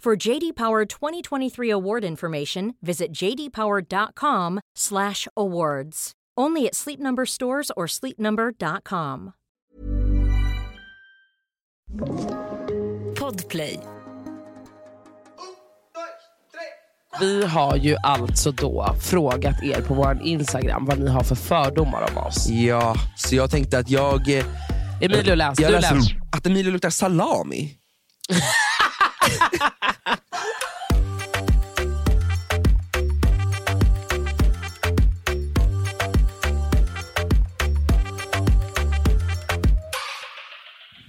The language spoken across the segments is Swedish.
For JD Power 2023 award information, visit jdpower.com/awards. Only at Sleep Number stores or sleepnumber.com. Podplay. Vi har ju alltså då frågat er på vår Instagram vad ni har för fördomar om oss. Ja, så jag tänkte att jag... eh, Emilio läs, jag du läser läs. Att Emilio luktar salami.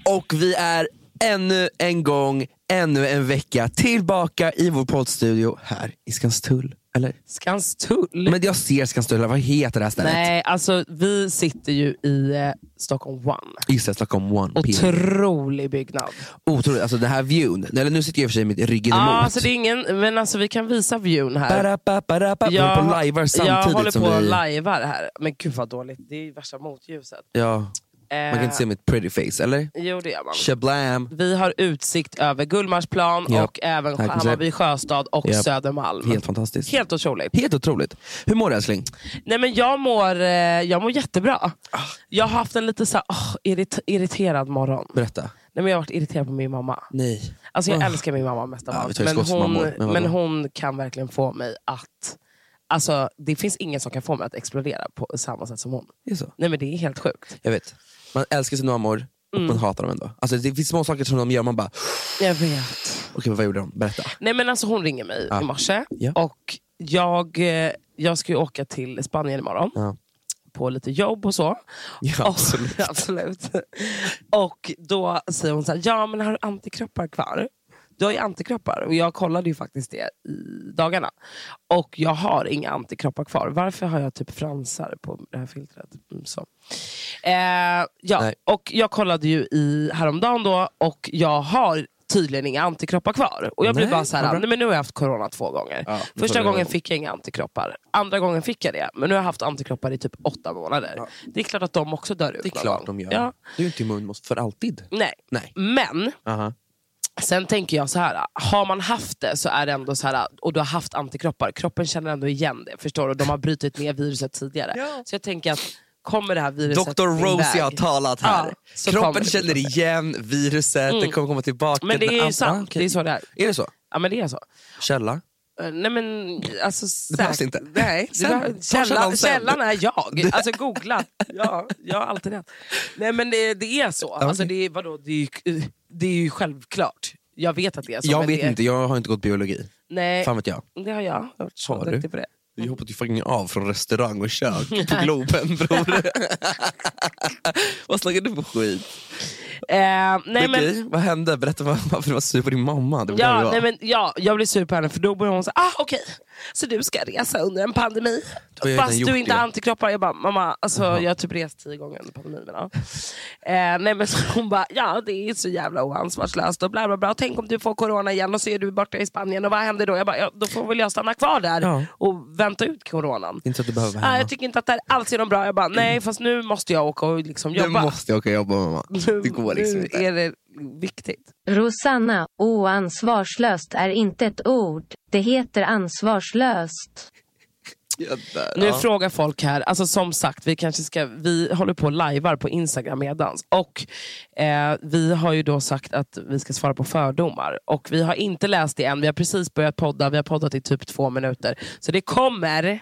Och vi är ännu en gång, ännu en vecka tillbaka i vår poddstudio här i Skanstull. Eller? Skanstull. Men jag ser Skanstull, vad heter det här stället? Nej, alltså vi sitter ju i eh, Stockholm One. Just det, Stockholm One. Pier. Otrolig byggnad. Otroligt, alltså den här viewn. Eller nu sitter jag i och för sig med ryggen Ja, emot. alltså det är ingen, men alltså vi kan visa viewn här. Ba-da-ba-ba-da-ba. Vi håller på och livear jag samtidigt håller som på och vi... lajvar här. Men gud vad dåligt, det är ju värsta motljuset. Ja, Eh, man kan inte se mitt pretty face, eller? Jo det gör man. Shablam! Vi har utsikt över Gullmarsplan Ja. och även Här kan vi se. Hammarby sjöstad och Ja. Södermalm. Helt fantastiskt. Helt, Helt otroligt. otroligt. Hur mår du älskling? Nej, men jag, mår, eh, jag mår jättebra. Ah. Jag har haft en lite så här, ah, irrit- irriterad morgon. Berätta. Nej, men jag har varit irriterad på min mamma. Nej. Alltså jag Ah. älskar min mamma mest av Ja, vi allt. tar ju Men skottsmammor, hon, men vadå? men hon kan verkligen få mig att... Alltså, det finns ingen som kan få mig att explodera på samma sätt som hon. Det är så. Nej men Det är helt sjukt. Jag vet. Man älskar sina mammor, och Mm. man hatar dem ändå. Alltså, det finns små saker som de gör, man bara, Jag vet. okej men vad gjorde de? Berätta. Nej men alltså Hon ringer mig Ja. i morse Ja. och jag, eh, jag ska ju åka till Spanien imorgon. Ja. på lite jobb och så. Ja, och, absolut. absolut. Och då säger hon så här, ja men har du antikroppar kvar? Du har ju antikroppar och jag kollade ju faktiskt det i dagarna. Och jag har inga antikroppar kvar. Varför har jag typ fransar på det här filtret? Mm, så. Eh, ja, Nej. och jag kollade ju i häromdagen då och jag har tydligen inga antikroppar kvar. Och jag blev Nej, bara så vad här, bra. nej, men nu har jag haft corona två gånger. Ja, det Första får du gången då. fick jag inga antikroppar. Andra gången fick jag det. Men nu har jag haft antikroppar i typ åtta månader. Det är klart att de också dör ut Det är någon klart gång. de gör. Ja. Du är inte immun mot för alltid. Nej. Nej. Men Aha. sen tänker jag så här. har man haft det så är det ändå så här, och du har haft antikroppar, kroppen känner ändå igen det. Förstår du? De har brutit ner viruset tidigare. Så jag tänker att kommer det här viruset Dr min Rosie har väg? talat här. Ja, så kommer Kroppen det. känner igen viruset, det kommer komma tillbaka. Mm. Men det är ju Ah, sant, okej. det är så det är. Är det så? Ja men det är så. Källa? Eh, Nej men alltså... säk- behövs inte. Nej, Sen- du behöver- ta källa, källan sen. källan är jag. Alltså googla. Ja, jag har alltid rätt. Nej men det, det är så. Alltså, okej. det, är, vadå, det, är ju, det är ju självklart. Jag vet att det är så. Jag men vet det, är- inte, jag har inte gått biologi. Nej, Fan vet jag. det har jag. Jag har varit så Har du? duktig på det. Du hoppade ju fucking av från restaurang och kök på Globen bror. Vad snackar du för skit? Eh, nej, men, Okej, vad hände? Berätta vad- varför du var sur på din mamma. Det var där ja, vi var. nej, men, ja, jag blev sur på henne för då började hon säga, ah okej, så du ska resa under en pandemi? har jag redan Fast gjort du inte det. har antikroppar. Jag bara, mamma, alltså, jag har typ rest tio gånger under pandemin. Men, ja. eh, nej, men, så hon bara, ja det är så jävla oansvarslöst och bla bla bla. Tänk om du får corona igen och så är du borta i Spanien och vad händer då? Jag bara, ja, då får väl jag stanna kvar där Ja. och vänta ut coronan. Inte att du behöver vara Nej, hemma. jag tycker inte att det här alls är något bra. Jag bara, nej fast nu måste jag åka och liksom Nu jobba. måste jag åka och jobba mamma. Det går liksom nu inte. är det viktigt. Rosanna, oansvarslöst är inte ett ord. Det heter ansvarslöst. Ja, där, Nu ja. frågar folk här, alltså som sagt, vi kanske ska, vi håller på och lajvar på Instagram medans. Och eh, vi har ju då sagt att vi ska svara på fördomar. Och vi har inte läst det än, vi har precis börjat podda, vi har poddat i typ två minuter. Så det kommer.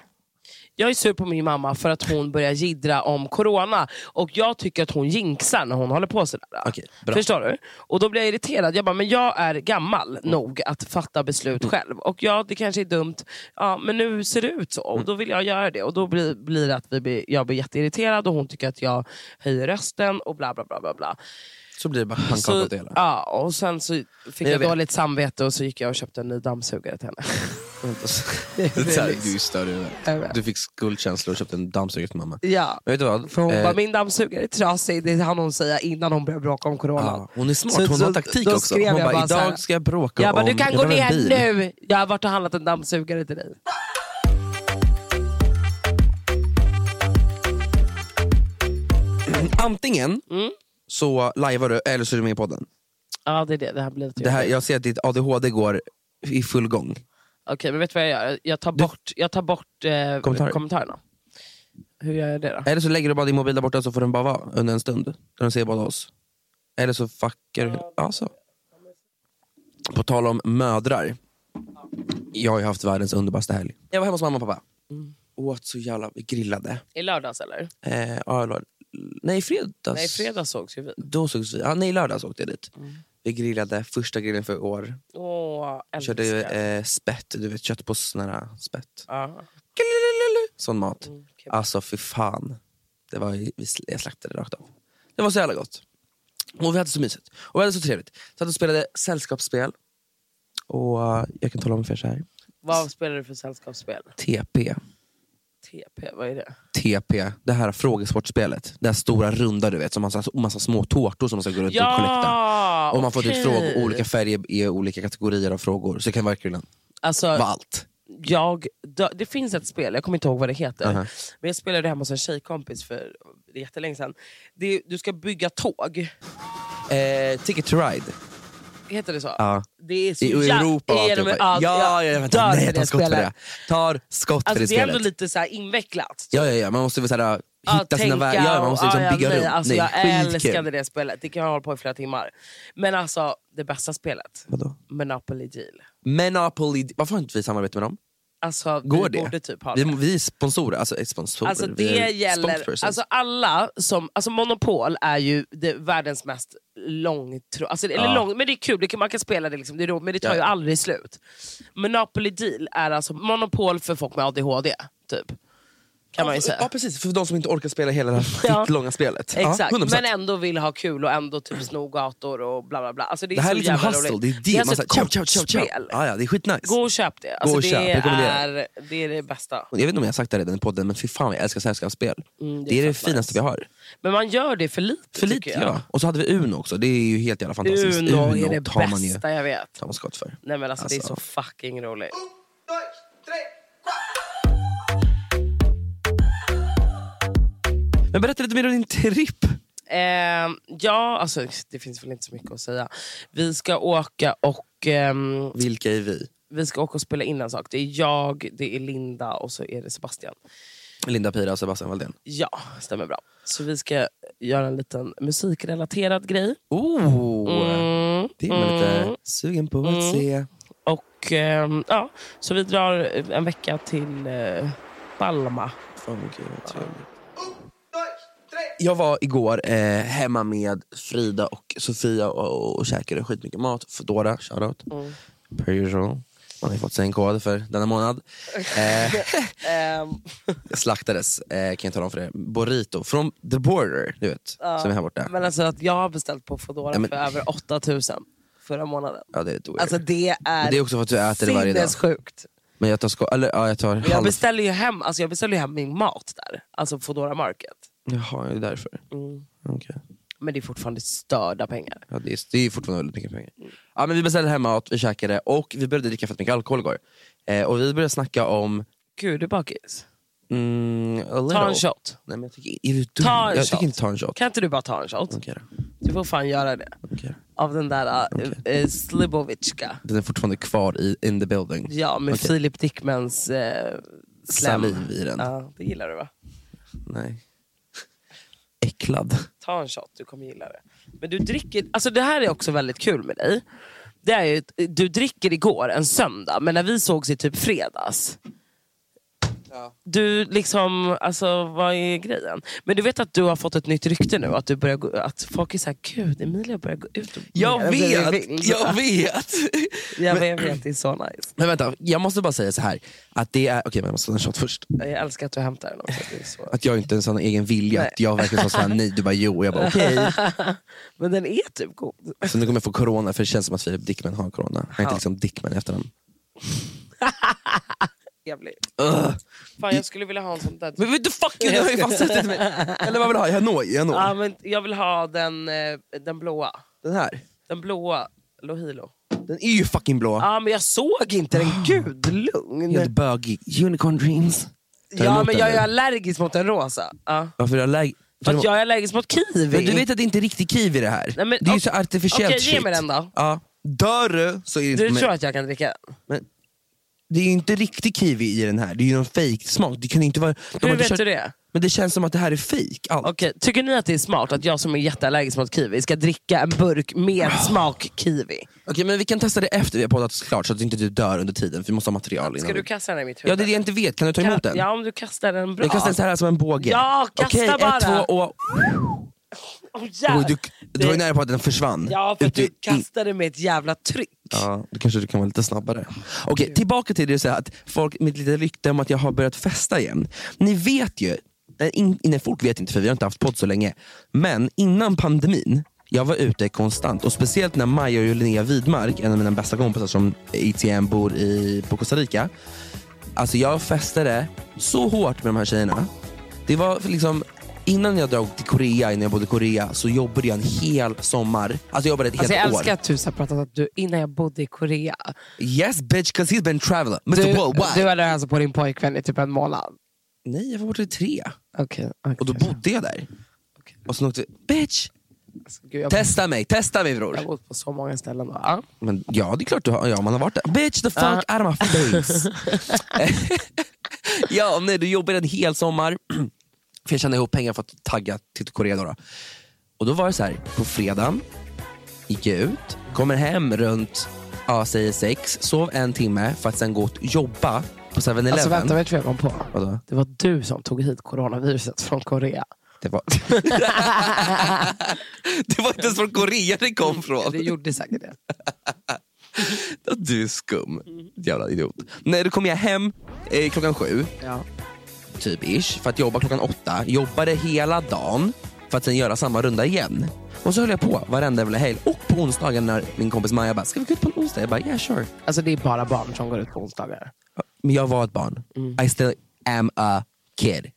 Jag är sur på min mamma för att hon börjar jiddra om corona. Och jag tycker att hon jinxar när hon håller på sådär. Okej, bra. Förstår du? Och då blir jag irriterad. Jag bara, men jag är gammal nog att fatta beslut själv. Och ja, det kanske är dumt. Ja, men nu ser det ut så och då vill jag göra det. Och då blir, blir det att vi blir, jag blir jätteirriterad och hon tycker att jag höjer rösten och bla bla bla bla. bla. Så blir det bara Så, pannkaka åt hela. ja, och sen så fick Jag jag, vet. dåligt samvete och så gick jag och köpte en ny dammsugare till henne. Det är så här, lyx. Du är större än Jag mig. vet. Du fick skuldkänslor och köpte en dammsugare till mamma. ja. Men vet du vad? För hon Eh, bara, min dammsugare är trasig, det hann hon säga innan hon började bråka om corona. ja, hon är smart, Så- hon så har taktik då också. skrev Hon jag bara, bara så här- idag ska jag bråka Jag bara, om... du kan jag gå behöver en ner bil." nu! Jag har varit och handlat en dammsugare till dig. Antingen Mm. så lajvar du, eller så är du med i podden. Ja, det är det. Det här blir lite Det här, jag ser att ditt ADHD går i full gång. Okej, men vet du vad jag gör? Jag tar bort, jag tar bort eh, Kommentarer. kommentarerna. Hur gör jag det då? Eller så lägger du bara din mobil där borta så får den bara vara under en stund. Där de ser båda oss. Eller så fuckar du. Ja, så. På tal om mödrar. Jag har ju haft världens underbaraste helg. Jag var hemma hos mamma och pappa. Mm. Åt så jävla... Vi grillade. I lördags eller? Eh, ja, eller- nej, i fredags. Nej, i fredags sågs ju vi. Då sågs vi. Ja, nej, i lördags åkte jag dit. Mm. Vi grillade, första grillen för i år. Åh, älskar. Körde eh, spett, du vet kött på sån här äh, spett. Ja. Mm, Sån mat. kebab. Alltså för fan. Det var, ju- vi sl- jag slaktade rakt av. Det var så jävla gott. Och vi hade så mysigt. Och vi hade så trevligt. Satt och spelade sällskapsspel. Och eh, jag kan tala om för er så här. Vad spelar du för sällskapsspel? TP. TP, vad är det? TP, det här frågesportspelet. Det här stora runda du vet, som massa, massa små tårtor som man ska gå runt och kollekta. Ja! Och man får Ah, okej. typ frågor, olika färger i olika kategorier av frågor. Så det kan verkligen Alltså, vara allt. jag, dö- det finns ett spel, jag kommer inte ihåg vad det heter. Aha. Men jag spelade det hemma hos en tjejkompis för det är jättelänge sedan. Det är, du ska bygga tåg. Eh, ticket to ride. Heter det så? Ja. Det är så I jä- Europa och är det alltihopa. med allt. Ja, jag dör väntar, nej, för jag tar skott för spelet. det. Tar skott för Alltså, det det är ändå spelet. lite så här invecklat. Ja, ja, ja, man måste väl såhär, Ja, hitta sina tänka vägar. Ja, man måste och- liksom ja, ja, bygga nej, runt. Alltså, nej, jag skitkul. älskade det spelet, det kan jag hålla på i flera timmar. Men alltså, det bästa spelet, Vadå? Monopoly Deal. Monopoly, varför har inte vi samarbete med dem? Alltså, Går vi det? borde typ ha Vi, det. vi är sponsorer, alltså eh, sponsorer. Alltså vi är det gäller, spokespersons. alltså alla som, alltså Monopol är ju det, världens mest långtråkiga, alltså, det- eller Ja. lång, men det är kul, det kan, man kan spela det, liksom, det är roligt, men det tar Ja. ju aldrig slut. Monopoly Deal är alltså monopol för folk med ADHD, typ. Kan man ju ja, säga. ja, precis, för de som inte orkar spela hela det här Ja. långa spelet. Exakt, Ja, 100%. men ändå vill ha kul och ändå typ sno gator och bla bla bla. Alltså, det, är det här så är liksom jävla hustle, roligt. det är det. alltså man ett säger, chow, chow, chow, chow. kortspel. Ja, ja, det är skitnice. Gå och köp det, alltså, Gå och det, köp, rekommenderar. är, det är det bästa. Jag vet inte om jag har sagt det här redan i podden, men fy fan jag älskar sällskapsspel. Mm, det det är är det fett finaste nice. vi har. Men man gör det för lite För lite tycker jag. ja. Och så hade vi Uno också, det är ju helt jävla fantastiskt. Uno, är det tar man ju bästa jag vet. tar man skott för. Nej men alltså, det är Alltså. så fucking roligt. Men berätta lite mer om din tripp. Ehm, ja, alltså det finns väl inte så mycket att säga. Vi ska åka och ehm, Vilka är vi? vi ska åka och spela in en sak. Det är jag, det är Linda och så är det Sebastian. Linda Pira och Sebastian Valdén. Ja, stämmer bra. Så vi ska göra en liten musikrelaterad grej. Oh, Mm, det är man lite mm. sugen på att se. Och ehm, ja, Så vi drar en vecka till eh, Palma. Fan vad kul, vad trevligt. Jag var igår eh, hemma med Frida och Sofia och, och käkade skitmycket mat. Foodora, shoutout. Mm. Per usual. Man har ju fått sig en kod för denna månad. Eh, Ehm, slaktades, eh, kan jag tala om för er. Burrito från the border, du vet. Som är här borta. men alltså att jag har beställt på Foodora Ja, men- för över 8000 förra månaden. ja, det är ett weird. Alltså det är, Men det är också för att du äter det varje dag. sinnessjukt. Men jag tar sko- eller ja, jag tar halv... Jag beställer ju hem, alltså jag beställer ju hem min mat där. Alltså Foodora Market. Jaha, det är därför. Mm. Okej. Men det är fortfarande störda pengar. Ja, det, är, det är fortfarande väldigt mycket pengar. Ja, men vi beställde hem mat, vi käkade och vi började dricka fett mycket alkohol igår. Eh, och vi började snacka om... Gud, du är bakis. Mm, a little. Ta en shot. Nej, men jag tycker, är du dum? Ta en jag shot. tycker inte ta en shot. Kan inte du bara ta en shot? Okej då, Du får fan göra det. okej. Av den där uh, Slibovicka. Den är fortfarande kvar i in the building. Ja, med Okej. Filip Dickmans eh, kläm. Saliv i den. Ja, det gillar du va? Nej. Äcklad. Ta en shot, du kommer gilla det. Men du dricker, alltså det här är också väldigt kul med dig. Det är ju, att du dricker igår, en söndag, men när vi sågs i typ fredags. Du liksom, alltså vad är grejen? Men du vet att du har fått ett nytt rykte nu, att, du börjar gå, att folk är såhär, gud Emilia börjar gå ut och Alltså, Jag vet, jag jag vet. vet. Jag vet, det är så nice. Men vänta, jag måste bara säga så här. Att det är... Okej, men jag måste ta en shot först. Jag älskar att du hämtar den också. Det är så. Att jag inte ens har någon egen vilja. Nej. Att jag verkligen sa såhär, nej, du bara jo. Och jag bara okej. Men den är typ god. Så nu kommer jag få corona, för det känns som att Filip Dickman har corona. Han heter Ja. liksom Dickman i efternamn. Jävligt. Ugh. Fan jag skulle vilja ha en sån där. Men vet du fuck you, du har ju fan suttit med Eller vad vill du ha? Hanoi? I Hanoi? Ja, men jag vill ha den, eh, den blåa. Den här? Den blåa Lohilo. Den är ju fucking blå. Ja, men jag såg inte den. Gud, lugn. Helt bögig. Unicorn dreams. Ta ja, emot men den jag nu. är allergisk mot den rosa. Ja. Varför är du allerg- För Ta att emot- jag är allergisk mot kiwi. Men du vet att det inte är riktig kiwi det här. Nej, men- det är ju ok- så artificiellt okej, ge shit. mig den då. Ja. Dör du så är det inte... Du men, tror att jag kan dricka den? men, det är ju inte riktig kiwi i den här. Det är ju någon fake smak. Det kan ju inte vara... de har Hur inte vet kört- du det? Men det känns som att det här är fake. Allt. Okej, Tycker ni att det är smart att jag som är jätteallergisk mot kiwi ska dricka en burk med smak kiwi? Okej, men vi kan testa det efter vi har poddat klart så att inte du dör under tiden. För vi måste ha material Ska innan. du kasta den i mitt huvud? Ja, det är det jag inte vet. Kan du ta emot den? Ja, om du kastar den bra. Jag kastar den så här som en båge. Ja, kasta Okej, bara. ett, två och... Åh, jävlar. Oj, du, du var ju nära på att den försvann. Ja, för att Ut i- du kastade med ett jävla tryck. Ja, då kanske du kan vara lite snabbare. Okej, tillbaka till det du säger att folk, mitt lilla rykte om att jag har börjat festa igen. Ni vet ju, nej, in, nej folk vet inte för vi har inte haft podd så länge, men innan pandemin jag var ute konstant och speciellt när Maja och Linnea Widmark, en av mina bästa kompisar som ITM bor i, på Costa Rica. Alltså jag festade så hårt med de här tjejerna. Det var liksom, innan jag drog till Korea, innan jag bodde i Korea, så jobbade jag en hel sommar. Alltså jag jobbade ett Alltså, helt jag år. Alltså, älskar att du har pratat att du, innan jag bodde i Korea, Yes bitch, cause he's been traveling. Mr. du, Worldwide. du hade alltså på din pojkvän i typ en månad. Nej, jag var borta i tre. Okej. Och då bodde jag där. Och sen åkte bitch, Alltså, Gud, jag testa mig, testa mig Jag har bror. bott på så många ställen. Då. Ja. Alltså, Men ja, det är klart du har, ja, man har varit där. Bitch, the fuck out of my face. ja, nej, du jobbade en hel sommar. för jag tjänade ihop pengar för att tagga till Korea. Då, då. Och då var det så här, på fredagen, gick jag ut, kommer hem runt, ja, säger sex, sov en timme för att sen gå och jobba på 7-Eleven. Alltså, vänta, vet du vad jag kom på? Vadå? Det var du som tog hit coronaviruset från Korea. Det var, det var inte ens från Korea det kom från. Det gjorde säkert det. Du är skum. Jävla idiot. Nej, då kom jag hem eh, klockan sju, Ja. typ ish, för att jobba klockan åtta. Jobbade hela dagen för att sen göra samma runda igen. Och så höll jag på varenda jävla helg. Och på onsdagen när min kompis Maja bara, ska vi gå ut på en onsdag? Jag bara, yeah sure. Alltså, det är bara barn som går ut på onsdagar. Men jag var ett barn. I still am a kid.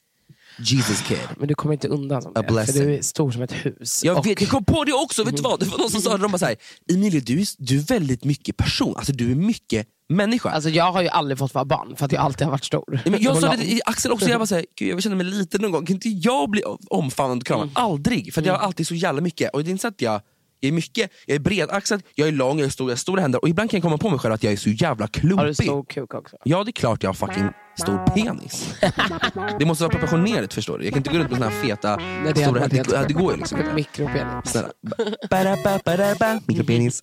Jesus kid. Men du kommer inte undan som det. För blessing. du är stor som ett hus. Jag, Och- vet, jag kom på det också, vet du vad? Det var någon som sa det, de bara så här, Emilio du är, du är väldigt mycket person, alltså du är mycket människa. Alltså, jag har ju aldrig fått vara barn för att jag alltid har varit stor. Nej, men Och jag sa lång. det till Axel också, jag bara så här, "Gud, jag känner mig liten någon gång, kan inte jag bli omfamnad och Mm. kramad? Aldrig! För att jag har alltid så jävla mycket. Och det är inte så att jag, jag är mycket, jag är bredaxad, jag är lång, jag har stora, stora händer och ibland kan jag komma på mig själv att jag är så jävla Har du klumpig. stor kuk också? Ja det är klart jag har fucking stor penis. det måste vara proportionerligt förstår du. Jag kan inte gå runt med såna här feta, det hade stora varit händer. helt Det, det går ju liksom inte. Mikropenis. Snälla. Ba- ba- ba- ba- ba- Mm. Mikropenis.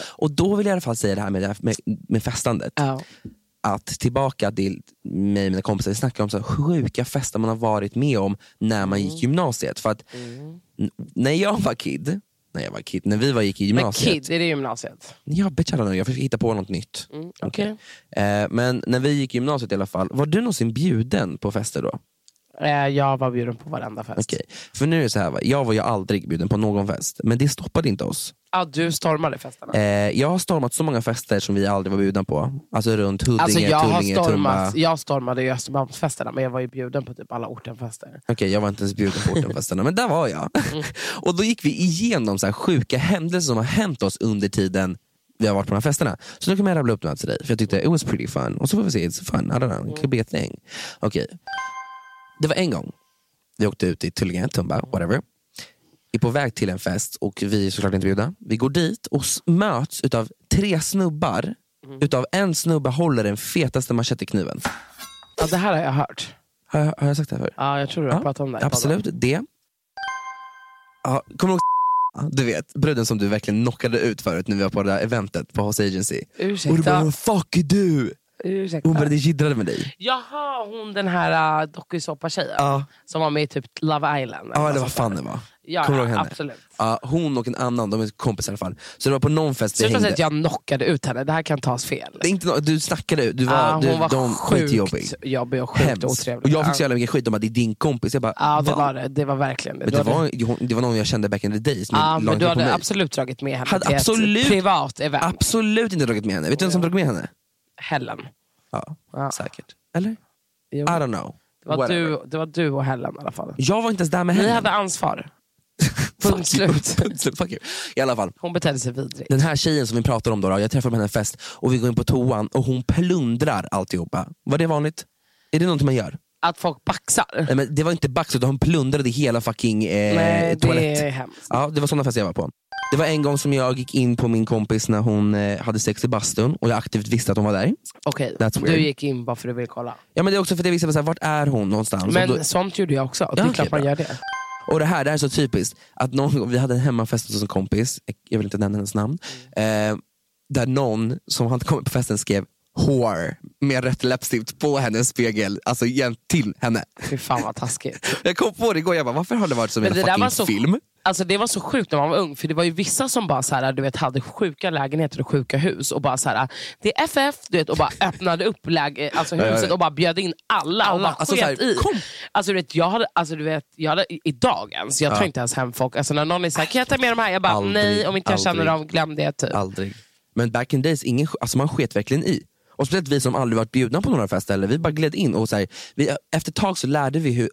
Och då vill jag i alla fall säga det här med, det här, med, med festandet. Ja. Att tillbaka till mig och mina kompisar, vi snackar om så här sjuka fester Mm. man har varit med om när man gick gymnasiet. För att n- när jag var kid, när jag var kid. När vi var, gick i Men gymnasiet. kid, är det gymnasiet? Ja, bitch, I don't know. Jag fick hitta på något nytt. Mm, Okej. Eh, men när vi gick i gymnasiet i alla fall, var du någonsin bjuden på fester då? Eh, Jag var bjuden på varenda fest. Okej. För nu är det så här, va, jag var ju aldrig bjuden på någon fest, men det stoppade inte oss. Ah, du stormade festerna. Eh, jag har stormat så många fester som vi aldrig var bjudna på. Alltså runt Huddinge, Alltså jag, har Tullinge, Tumba. stormat, Okej, jag stormade ju Östermalmsfesterna men jag var ju bjuden på typ alla ortenfester. jag var inte ens bjuden på ortenfesterna, men där var jag. och Då gick vi igenom så här sjuka händelser som har hänt oss under tiden vi har varit på de här festerna. Så nu kommer jag rabbla upp några till dig, för jag tyckte it was pretty fun. Och så får vi se, it's fun, I don't know, it could be a thing. Okej. Det var en gång vi åkte ut i Tullinge, Tumba, whatever. är på väg till en fest och vi är såklart inte bjudna. Vi går dit och s- möts utav tre snubbar. Utav en snubbe håller den fetaste machettekniven. Ja, det här har jag hört. Har jag, har jag sagt det här förut? Ja, jag tror du har pratat om det. här i Absolut, det. Ja, kommer du ihåg Du vet, bruden som du verkligen knockade ut förut när vi var på det där eventet på House Agency. podden. Och du bara, Ursäkta. "Vad fuck är du? Ursäkta. Hon började jiddra med dig. Jaha, hon den här uh, dokusåpa-tjejen Ja, som var med i typ Love Island. ja eller något eller vad sånt fan det var. där. Ja, Kommer du ihåg ja, henne? absolut. Ja, hon och en annan, de är kompisar i alla fall. Så det var på någon fest vi Sluta hängde. säga att jag knockade ut henne, det här kan tas fel. Det är inte, nå- du snackade, ut. du var, Ah, hon du, var de, sjukt skitjobbig. jobbig och sjukt Hemskt. otrevlig. Och jag fick Ja. så jävla mycket skit om att det är din kompis. Jag bara, Ja, det "Va?" var det. Det var verkligen det. Men Du det, hade- var, ju- hon- det var någon jag kände back in the days som Ja, la men inte du på mig. hade absolut dragit med henne Hade till absolut- ett privat event. Absolut inte dragit med henne. Vet du vem som drog med henne? Helen. Ja, Ja. säkert. Eller? I Jo, don't know. det, var Whatever. du, det var du och Helen i alla fall. Jag var inte ens där med Ni henne. hade ansvar. Fuck Punkt you. slut. Punkt slut. Fuck you. I alla fall, Hon betedde sig vidrigt. den här tjejen som vi pratar om, då, då, jag träffar på henne en fest och vi går in på toan och hon plundrar alltihopa. Var det vanligt? Är det Eh, något man gör? Att folk baxar. Nej, men det var inte bax, utan hon plundrade hela fucking eh, Nej, toalett. det är hemskt. Ja, det var sådana fester jag var på. Det var en gång som jag gick in på min kompis när hon eh, hade sex i bastun och jag aktivt visste att hon var där. Okej, That's weird. du gick in bara för att du ville kolla. Ja, men det är också för att jag visste bara så här, vart är hon någonstans. Men och, då, sånt gjorde jag också. det är okej, klart man bra. gör det. och det här det här är så typiskt. Att någon, gång- vi hade en hemmafest hos en kompis, jag vill inte nämna hennes namn, eh, där någon som hade kommit på festen skrev whore med rött läppstift på hennes spegel, alltså igen till henne. Fy fan vad taskigt. Jag kom på det igår, jag bara, varför har det varit som i en Men det där fucking var så- film? Alltså det var så sjukt när man var ung, för det var ju vissa som bara så här, du vet, hade sjuka lägenheter och sjuka hus och bara så här, det är FF, du vet, och bara öppnade upp läge, alltså ja, huset ja. och bara bjöd in alla, och Alla, bara alltså sket så här, i. kom. Alltså, du vet, jag hade, alltså, du vet, jag hade, i- idag ens, jag tar inte ens hem folk. Alltså, när någon är såhär, kan jag ta med de här? Jag bara, Aldrig, nej, om inte jag känner dem, aldrig. glöm det. Typ. Aldrig. Men back in days, ingen, sk- alltså man sket verkligen i. Och speciellt vi som aldrig varit bjudna på några fester, eller vi bara gled in. Och så här, vi, efter ett tag så lärde vi hur,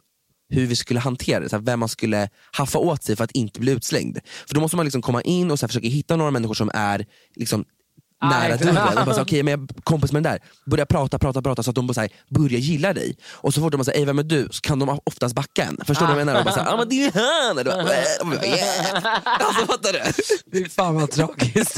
hur vi skulle hantera det, så här, vem man skulle haffa åt sig för att inte bli utslängd. För då måste man liksom komma in och så här, försöka hitta några människor som är liksom, nära exakt. dörren. Och bara, så här, okej, men jag är kompis med den där. Börja prata, prata, prata så att de bara, så här, börjar gilla dig. Och så fort de säger "Ey, vem är du? så kan de oftast backa en. Förstår du vad jag menar? De bara, så här, ah, men det är han! Och du bara, "Äh." De bara, "Yeah." Alltså fattar du? Fy fan vad tragiskt.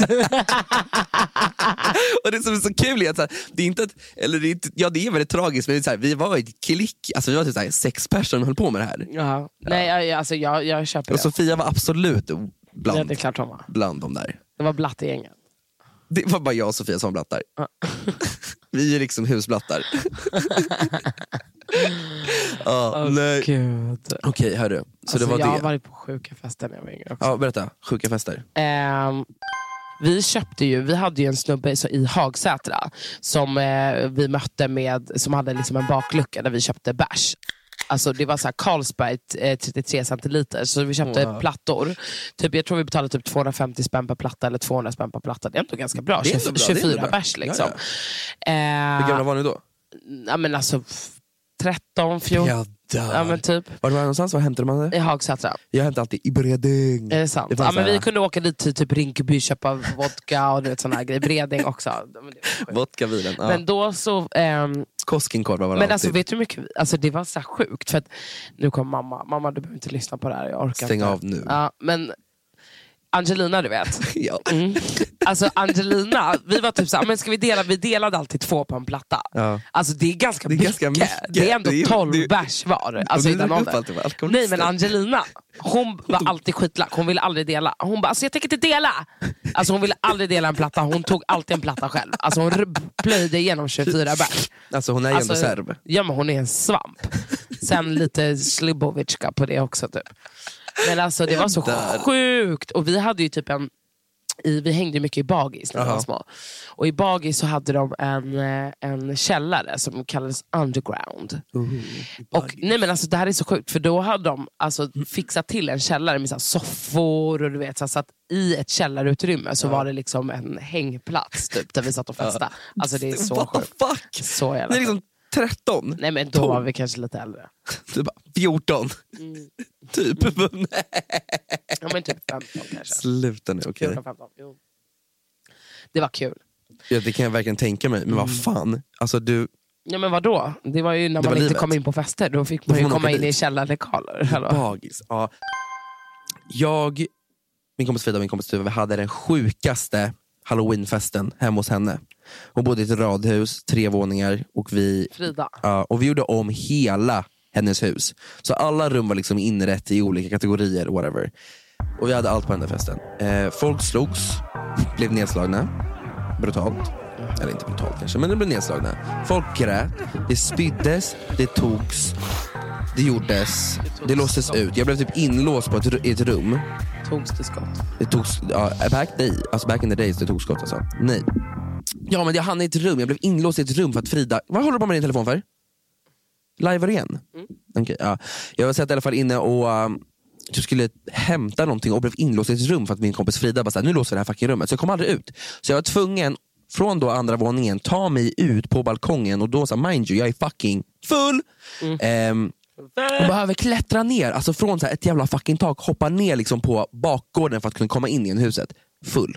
Och det som är så kul är att, så här, det är inte att eller det är inte, ja det är väldigt tragiskt, men det är så här, vi var ett klick, alltså vi var typ så här, sex personer som höll på med det här. ja. Nej, jag- jag- alltså, jag, jag köper Och det. Sofia var absolut Ja, bland, det är klart hon var. bland de där. Det var blattegänget. Det var bara jag och Sofia som var blattar. Ja. vi är liksom husblattar. ja, nej. Gud. Så Okej, hörru. Så det var Alltså, jag har det. varit på sjuka fester när jag var yngre också. Ja, berätta, sjuka fester. Ehm, vi köpte ju, vi hade ju en snubbe så- i Hagsätra som eh, vi mötte med, som hade liksom en baklucka där vi köpte bärs. Alltså det var så här Carlsberg eh, 33 centiliter, så vi köpte plattor. Typ, jag tror vi betalade typ 250 spänn per platta eller 200 spänn per platta. Det är ändå ganska bra. Det är ändå 24 bra, det är 24 ändå bra. bärs Ja, liksom. ja. Hur Ja, gamla var ni då? ja, men alltså f- 13, 14, ja, dör. men typ. Var det var någonstans? Var hämtade man det? I Hagsätra. Jag hämtade alltid i Bredäng. Är det sant? Det ja, fanns men så här- vi kunde åka dit till typ Rinkeby köpa vodka och du vet, såna här grejer. Bredäng också. Men det var sjukt. Vodka, vinen. Ja. Men då så... ehm, Koskenkorvar var det men alltid. alltså vet du hur mycket... vi- Alltså det var så här sjukt. För att, nu kom mamma. Mamma du behöver inte lyssna på det här. Jag orkar Stäng inte. av nu. Ja, men Angelina du vet. Ja. Mm. Alltså Angelina, vi var typ såhär, men ska vi dela? Vi delade alltid två på en platta. Ja. Alltså det är ganska, Det är ganska mycket. Det är ändå Det är ju- 12 det är- bärs var. Alltså, du i den drack upp åldern. allt det var alkoholister. Nej men Angelina, hon var alltid skitlack. Hon ville aldrig dela. Hon bara, alltså, jag tänker inte dela. Alltså hon ville aldrig dela en platta. Hon tog alltid en platta själv. Alltså hon r- plöjde igenom 24 bärs. Alltså hon är ju Alltså, ändå serb. Ja men hon är en svamp. Sen lite slibovicka på det också typ. Men alltså det var så Där. sjukt. Och vi hade ju typ en i, vi hängde ju mycket i bagis när vi var Aha. små. Och i bagis så hade de en, eh, en källare som kallades underground. Och, nej men alltså det här är så sjukt, för då hade de alltså, fixat till en källare med så här, soffor och du vet, så, här, så att i ett källarutrymme så var det liksom en hängplats typ, där vi satt och festade. Alltså det är så What the sjukt. fuck? Så jävla Ni är liksom 13, Nej men då var vi kanske lite äldre. typ 14. Mm. typ. Nej. Ja men typ 15 kanske. Sluta nu, okej. 14-15, jo. Det var kul. Ja, det kan jag verkligen tänka mig, men vad fan. Alltså, du, Ja men vadå? Det var ju när Det man var inte livet. kom in på fester. Då fick Då man får ju man komma åka in i dit. källarlokaler. Hallå. Bagis. Ja. Jag, min kompis Frida och min kompis Tuva, vi hade den sjukaste halloweenfesten hemma hos henne. Hon bodde i ett radhus, tre våningar och vi, Frida. ja, och vi gjorde om hela hennes hus. Så alla rum var liksom inrett i olika kategorier. whatever. Och vi hade allt på den där festen. Eh, folk slogs, blev nedslagna. Brutalt. Eller inte brutalt kanske, men de blev nedslagna. Folk grät, det spyddes, det togs, det gjordes, det låstes ut. Jag blev typ inlåst på ett, ru- i ett rum. Togs till skott. Det togs, ja, back, day, alltså back in the days, det togs skott alltså. Nej. Ja men jag hann i ett rum, jag blev inlåst i ett rum för att Frida, vad håller du på med din telefon för? Livear du igen? Okej, ja. Jag var satt i alla fall inne och um, jag skulle hämta någonting och blev inlåst i ett rum för att min kompis Frida bara såhär, nu låser vi det här fucking rummet. Så jag kom aldrig ut. Så jag var tvungen, från då andra våningen, ta mig ut på balkongen och då, så här, mind you, jag är fucking full. Ehm, och behöver klättra ner, alltså från så här ett jävla fucking tak, hoppa ner liksom på bakgården för att kunna komma in i huset. Full.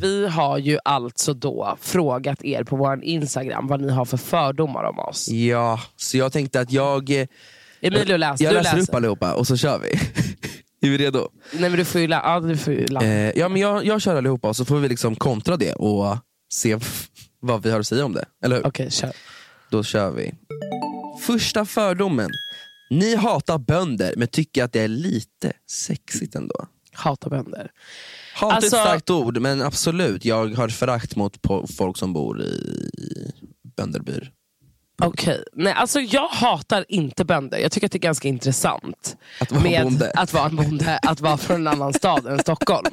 Vi har ju alltså då frågat er på vår Instagram vad ni har för fördomar om oss. Ja, så jag tänkte att jag, eh, Emilio läs, jag du läser upp allihopa och så kör vi. är vi redo? Nej men du får ju, lä- ja, du får ju lä- Eh, ja, men jag, jag kör allihopa och så får vi liksom kontra det och se vad vi har att säga om det. Eller hur? Okej, kör. Då kör vi. Första fördomen. Ni hatar bönder men tycker att det är lite sexigt ändå. Hata bönder. Hat är Alltså- ett starkt ord, men absolut. Jag har förakt mot po- folk som bor i bönderbyr. Okej, nej alltså jag hatar inte bönder. Jag tycker att det är ganska intressant. Att vara bonde. Att vara en bonde, att vara från en annan stad än Stockholm.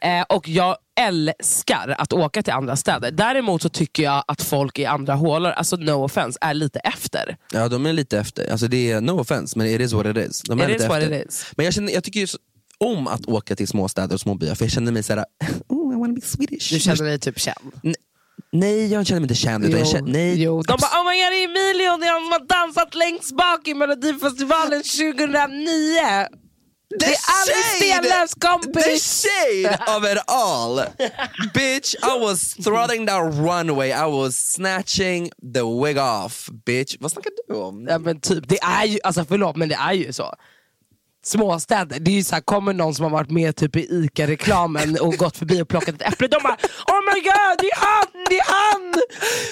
Eh, och jag älskar att åka till andra städer. Däremot så tycker jag att folk i andra hålor, alltså no offense, är lite efter. Ja, de är lite efter. Alltså, det är no offense, men it is what it is. De är It lite is what efter. it is. Men jag, känner, jag tycker ju så- om att åka till småstäder och småbyar, för jag känner mig såhär, oh, I wanna be Swedish. Du känner dig typ känd. Nej, jag känner mig inte känd. Utan jag känner, nej. Typ- jo, Mm. De bara, oh my god, Emilio, det är han som har dansat längst bak i Melodifestivalen 2009. det är Alice Stenlöfs The kompis. shade of it all. bitch, I was trotting that runway. I was snatching the wig off. Bitch, vad snackar du om? Ja, men typ, det är ju, alltså förlåt men det är ju så. Småstäder, det är ju så här, kommer någon som har varit med typ i ICA-reklamen och gått förbi och plockat ett äpple, de bara Oh my god, det är han! Det är han!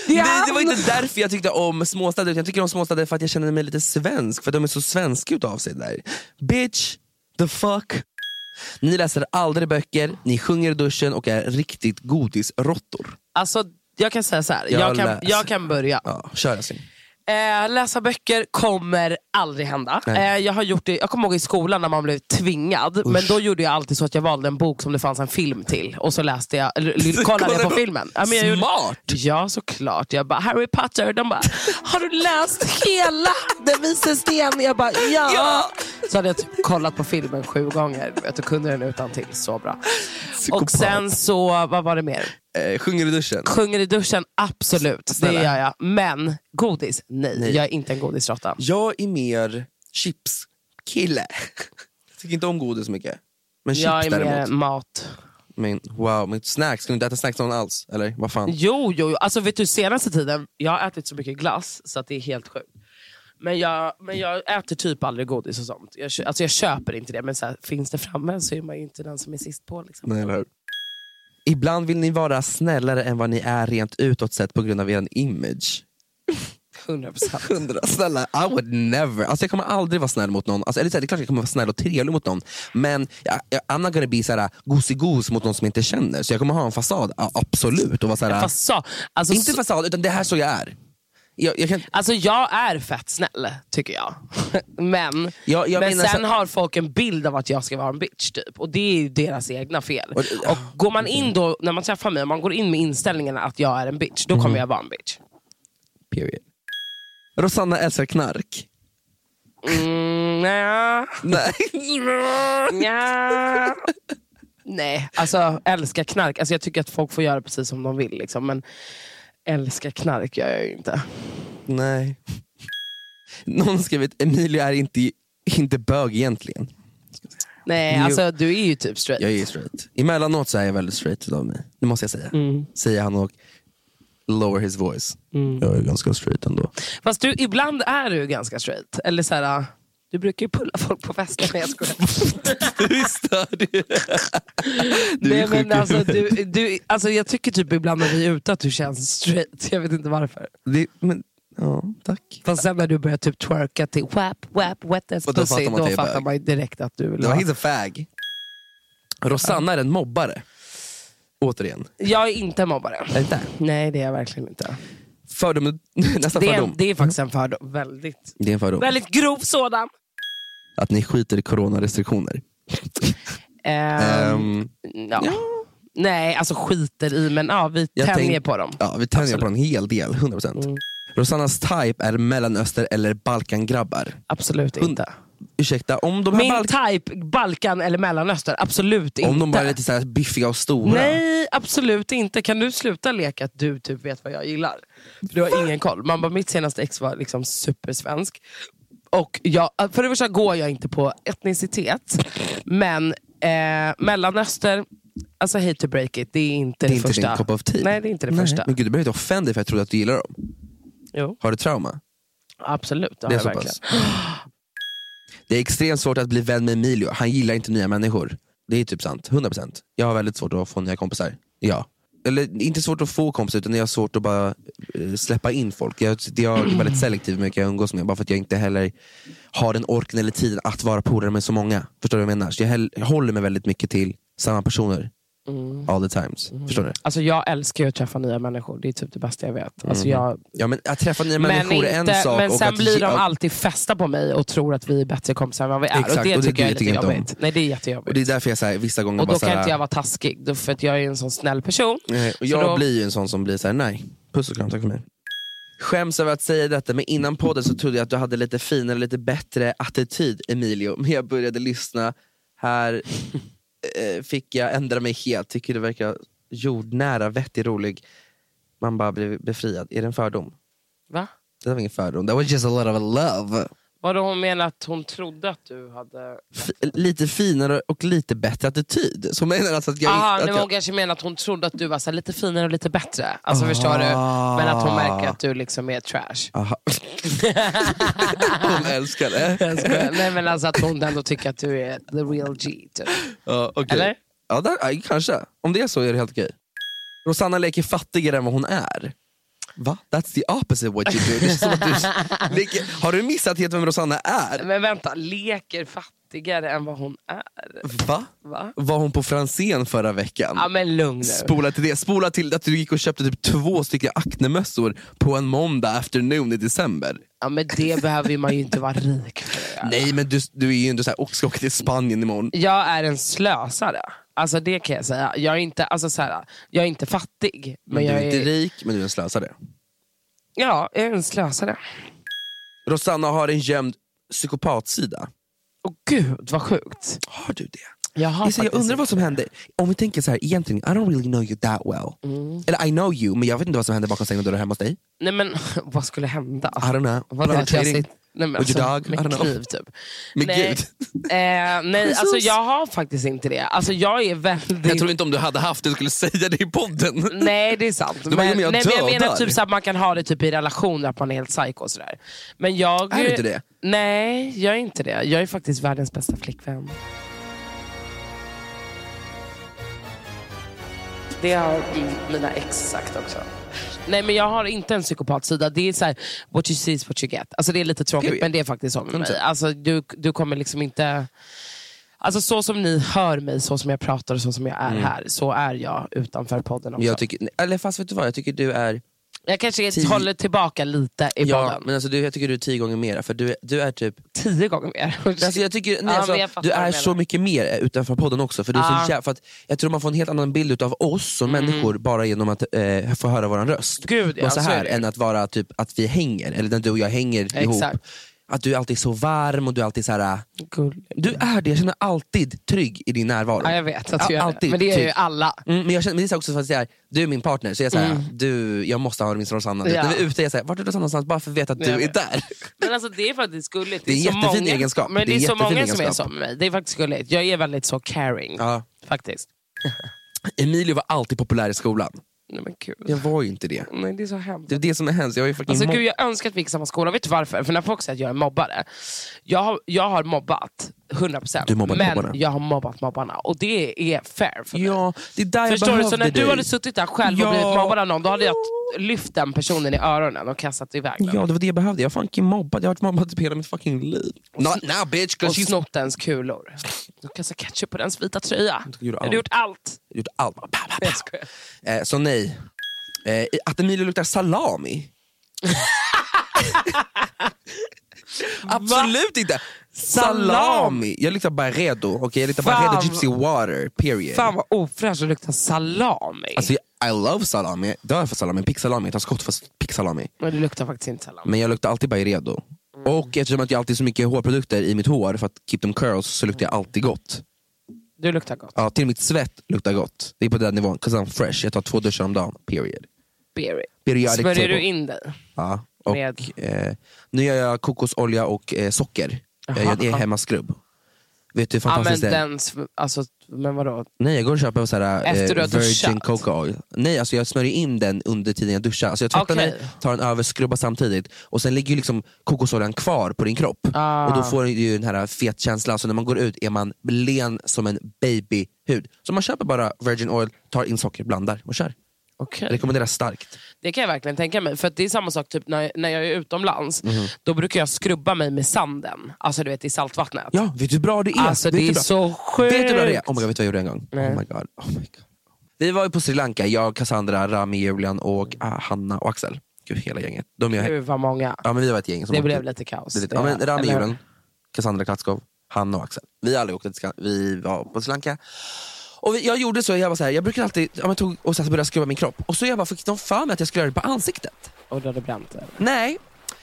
Det är Nej, han! det var inte därför jag tyckte om småstäder. utan Jag tycker om småstäder för att jag känner mig lite svensk. För att de är så svenska utav sig där. Bitch, the fuck. Ni läser aldrig böcker, ni sjunger i duschen och är riktigt godisråttor. Alltså, jag kan säga så här. Jag jag, kan, läser. jag kan börja. Ja, kör alltså. älskling. Eh, läsa böcker kommer aldrig hända. Nej. Eh, jag, har gjort det, jag kommer ihåg i skolan när man blev tvingad, men då gjorde jag alltid så att jag valde en bok som det fanns en film till och så läste jag, eller, kollade, jag på filmen. Ja, men jag gjorde- Smart! Ja, såklart. Jag bara, Harry Potter. De bara, har du läst hela Den vise sten? Jag bara, ja. Ja. Så hade jag typ kollat på filmen sju gånger. Jag kunde den utan till så bra. Och sen så, vad var det mer? Eh, sjunger i duschen. Sjunger i duschen, absolut. Snälla. Det gör jag. Men godis? Nej, jag är inte en godisråtta. Jag är mer chipskille. Jag tycker inte om godis så mycket. Men chips Jag är mer däremot. en mat. Men wow, men snacks. Kan du inte äta snacks någon alls? Eller vad fan? Jo, jo, jo. Alltså vet du, senaste tiden, jag har ätit så mycket glass så att det är helt sjukt. Men jag, men jag äter typ aldrig godis och sånt. Jag, kö- alltså jag köper inte det, men så här, finns det framme så är man ju inte den som är sist på. Liksom. Nej, eller hur? Ibland vill ni vara snällare än vad ni är rent utåt sett på grund av er image. 100%. Hundra, snälla. I would never. Alltså jag kommer aldrig vara snäll mot någon. Alltså, eller, så här, det är klart jag kommer vara snäll och trevlig mot någon. Men jag, jag, I'm not gonna be såhär, gos mot någon som jag inte känner. Så jag kommer ha en fasad, ja, absolut. Och vara såhär, Fast så, alltså, inte så- fasad, utan det här är så jag är. Jag, jag kan, Alltså jag är fett snäll, tycker jag. men Jag- jag men menar sen så- har folk en bild av att jag ska vara en bitch, typ. och det är ju deras egna fel. Och- Och, Går man in då, när man träffar mig, om man går in med inställningen att jag är en bitch, då kommer Mm. jag vara en bitch. period. Rosanna älskar knark. Mm, nja. Nej. Nja. Nej, alltså älska knark. Alltså, jag tycker att folk får göra precis som de vill. Liksom, men älska knark gör jag ju inte. Nej. Någon har skrivit, Emilio är inte, inte bög egentligen. Nej, Jo. alltså du är ju typ straight. Jag är straight. Emellanåt så är jag väldigt straight av mig. Det måste jag säga. Mm. Säger han och lower his voice. Jag är ganska straight ändå. Fast du, ibland är du ganska straight. Eller så här, ah, du brukar ju pulla folk på fester. Nej, jag skojar. Du är störd. Du Nej, är sjuk. men alltså, du, du, alltså, jag tycker typ ibland när vi är ute att du känns straight. Jag vet inte varför. Det, men, ja, tack. Fast sen när du börjar typ twerka till wap, wap, wet as Och då pussy, fattar man att då det är fattar bög. man ju direkt att du vill Det var ha- he's a fag. Rosanna är en mobbare. Återigen. Jag är inte mobbare. Är det inte? Nej, det är jag verkligen inte. Fördom, nästa Det är, fördom. det är faktiskt en fördom. Väldigt, Det är en fördom. väldigt grov sådan. Att ni skiter i coronarestriktioner. Ehm, Ehm, ja. Nej, alltså skiter i, men ja, vi Jag tänjer tänk- på dem. Mm. Ja, vi tänjer på en hel del. 100%. Rosannas type är mellanöster eller balkangrabbar. Absolut Hund- inte. Ursäkta, om de här Min balk- type, Balkan eller Mellanöstern, absolut inte. Om de bara är lite så här biffiga och stora. Nej, absolut inte. Kan du sluta leka att du typ vet vad jag gillar? För du har ingen koll. Man bara, mitt senaste ex var liksom supersvensk. Och jag, för det första går jag inte på etnicitet, men eh, Mellanöstern, alltså hate to break it, det är inte det, det är inte första. din cup of tea. Nej, det är inte det Nej. första. Men gud, du behöver inte offenda dig för jag trodde att du gillar dem. Jo, Har du trauma? absolut, det, det är har så jag verkligen. pass. Det är extremt svårt att bli vän med Emilio. Han gillar inte nya människor. Det är typ sant. 100%. Jag har väldigt svårt att få nya kompisar. Ja. Eller inte svårt att få kompisar, utan jag har svårt att bara eh, släppa in folk. Jag, jag är väldigt selektiv med vilka jag umgås med, bara för att jag inte heller har den orken eller tiden att vara polare med så många. Förstår du vad jag menar? Så jag, hell- jag håller mig väldigt mycket till samma personer Mm. all the times. Förstår du? Alltså jag älskar ju att träffa nya människor, det är typ det bästa jag vet. Alltså jag, Ja, Mhm. men att träffa nya men människor är en sak. men och sen att blir de ja, alltid fästa på mig och tror att vi är bättre kompisar än vad vi är. Exakt, och det och det tycker jag är tycker lite jag inte om. jobbigt. Nej, det är jättejobbigt. och det är därför jag så här, vissa gånger Och bara då kan så här, inte jag vara taskig, då- för att jag är en sån snäll person. Nej, och Så jag då- blir ju en sån som blir så här: nej. Puss och kram, tack för mig. Skäms över att säga detta, men innan podden så trodde jag att du hade lite finare, lite bättre attityd Emilio. Men jag började lyssna, här eh, fick jag ändra mig helt. Tycker det verkar jordnära, vettig, rolig. Man bara blir befriad. Är det en fördom? Va? Det var ingen fördom. That was just a lot of love. Vadå hon menar att hon trodde att du hade... F- lite finare och lite bättre attityd. Så menar alltså att jag... Aha, att nej, men hon kanske menar att hon trodde att du var så här, lite finare och lite bättre. Ah. Alltså förstår du? Men att hon märker att du liksom är trash. Aha. Hon älskar det. Jag skojar. nej men alltså att hon ändå tycker att du är the real G. Typ. Ja, okej. Eller? Ja, där, ja, kanske. Om det är så är det helt okej. Rosanna leker fattigare än vad hon är. Va? That's the opposite what you do. Det känns som att du leker. Har du missat helt vem Rosanna är? Men vänta, leker fattigare än vad hon är? Va? Va? Var hon på Franzén förra veckan? Ja men lugn nu. Spola till det. Spola till att du gick och köpte typ två stycken Acne-mössor på en måndag afternoon i december. Ja, men det behöver ju man ju inte vara rik för att göra. Nej men du, du är ju inte såhär, och ska åka till Spanien imorgon. Jag är en slösare. Alltså det kan jag säga. Jag är inte, alltså, så här, jag är inte fattig. Men, Men du jag är är, inte rik, men du är en slösare. Ja, jag är en slösare. Rosanna har en gömd psykopatsida. Åh gud vad sjukt. Har du det? Jag, har Lisa, jag faktiskt undrar vad som inte- hände. Om vi tänker så här, egentligen, I don't really know you that well. Mm. Eller I know you, men jag vet inte vad som hände bakom stängda dörrar hemma hos dig. Nej men vad skulle hända? I don't know. Vadå att jag Penetrating sitter... Nej, men with your alltså, dog? I don't Med know. kniv typ. Med nej, Gud. eh, nej alltså Jesus. jag har faktiskt inte det. Alltså jag är väldigt... Jag tror inte om du hade haft det, du skulle säga det i podden. Nej det är sant. bara, "Jo, men jag nej, men jag menar dödar." typ så att man kan ha det typ i relationer, att man är helt psycho och sådär. Men jag... Är du inte det? Nej, jag är inte det. Jag är faktiskt världens bästa flickvän. Det har mina ex sagt också. Nej men jag har inte en psykopatsida. Det är så här, what you see is what you get. Alltså det är lite tråkigt Period. men det är faktiskt så med mig. 100%. Alltså du, du kommer liksom inte... Alltså så som ni hör mig, så som jag pratar och så som jag är här, så är jag utanför podden också. Mm. Jag tycker, eller fast vet du vad, jag tycker du är Jag kanske Tio- håller tillbaka lite i ja, podden. men alltså, du, jag tycker du är tio gånger mer. För du, är- du är typ Tio gånger mer. Alltså jag tycker, nej, Ja, alltså, men jag fattar du vad är du så menar. mycket mer eh, utanför podden också. För, du är Ja. Mm. så jä- för att Jag tror man får en helt annan bild av oss som människor bara genom att eh, få höra vår röst. Gud, ja, och så så är här, det ju. än att vara typ att vi hänger, eller när du och jag hänger ihop. Exakt. Att du alltid är så varm och du är alltid så här. eh, Gullig. Du är det, jag känner alltid trygg i din närvaro. Mm. Ja, jag vet att du Ja, gör det. alltid Men det är ju trygg. alla. Mm, men jag känner, men det är så här också för att jag är, du är min partner, så jag, är så här, du, jag måste ha min Rosanna. Mm. Ja. När vi är ute, jag är så här, vart är Rosanna någonstans? Bara för att veta att Nej, du jag är vet. där. Men alltså det är faktiskt gulligt. Det är så en jättefin många- egenskap. Men Det det är är så jättefin många som är egenskap. så med mig. Det är faktiskt gulligt. Jag är väldigt så caring. Ja. Faktiskt. Emilio var alltid populär i skolan. Nej men gud. Jag var ju inte det. Nej, det är så hemskt. Det är det som är hemskt. Jag är fucking Alltså, mobb- gud, jag önskar att vi gick i samma skola. Vet du varför? För när folk säger att jag är mobbare. Jag har, jag har mobbat, 100%. Du mobbade men mobbarna. jag har mobbat mobbarna. Och det är fair för mig. Ja, det är där jag Förstår du? Så behövde när du dig. hade suttit där själv Ja. och blivit mobbad av någon, då hade jag t- lyft den personen i öronen och kastat iväg den. Ja, det var det jag behövde. Jag har fucking mobbad. Jag har varit mobbad typ hela mitt fucking liv. Not now bitch, Och cause she's snott ens kulor. Du kastar ketchup på dens vita tröja. Du gjorde Du har gjort allt. gjort allt. Bara, pa, pa, Jag pa. skojar. Eh, så nej. Eh, att Emilio luktar salami? Absolut inte! Salami! Jag luktar Barredo, okay? jag luktar Fan. Barredo Gypsy Water, period. Fan vad ofräscht och luktar salami. Alltså, I love salami, jag dör för salami, pick salami, jag tar skott för pick salami. Men det luktar faktiskt inte salami. Men jag luktar alltid Byredo. Och eftersom att jag alltid har så mycket hårprodukter i mitt hår för att keep them curls så luktar jag alltid gott. Du luktar gott. Ja, till och med mitt svett luktar gott. Det är på den nivån. 'Cause I'm fresh. Jag tar två duschar om dagen. Period. Berry. Periodic Smörjer table. du in dig? Ja. Och, Med- eh, nu gör jag kokosolja och eh, socker. Jag gör en hemmaskrubb. Vet du hur Ja, men, fantastiskt det är? den, sv- alltså, men vadå? Nej, jag går och köper så här, eh, Efter du har virgin duschat? coca oil. Nej, alltså jag smörjer in den under tiden jag duschar. Alltså jag tvättar Okej. mig, tar en över, skrubbar samtidigt och sen ligger ju liksom kokosoljan kvar på din kropp. Och Ah. Då får du ju den här fet känslan. Så när man går ut är man len som en babyhud. Så man köper bara virgin oil, tar in socker, blandar och kör. Okej. Jag rekommenderar starkt. Det kan jag verkligen tänka mig. För att det är samma sak typ när, när jag är utomlands. Mhm. Då brukar jag skrubba mig med sanden. Alltså du vet i saltvattnet. Ja, vet du hur bra det är? Alltså vet du det hur är bra? så sjukt. Vet du vad det är? Oh my god, vet du vad jag gjorde en gång? Oh my god, oh my god. Vi var ju på Sri Lanka, jag, Cassandra, Rami, Julian, och ah, Hanna och Axel. Gud, hela gänget. De jag, Gud vad många. Ja, men vi var ett gäng som Det åkte. blev lite kaos. Det- ja, men Det- Rami eller- Julen, Cassandra Klatskov, Hanna och Axel. Vi alla åkte till Sri Lanka. Vi var på Sri Lanka. Och vi, jag gjorde så, jag var så här, jag brukar alltid ja, men tog och så här började skrubba min kropp. Och så jag bara fick de för mig att jag skulle göra det på ansiktet. Och du hade bränt det. Nej,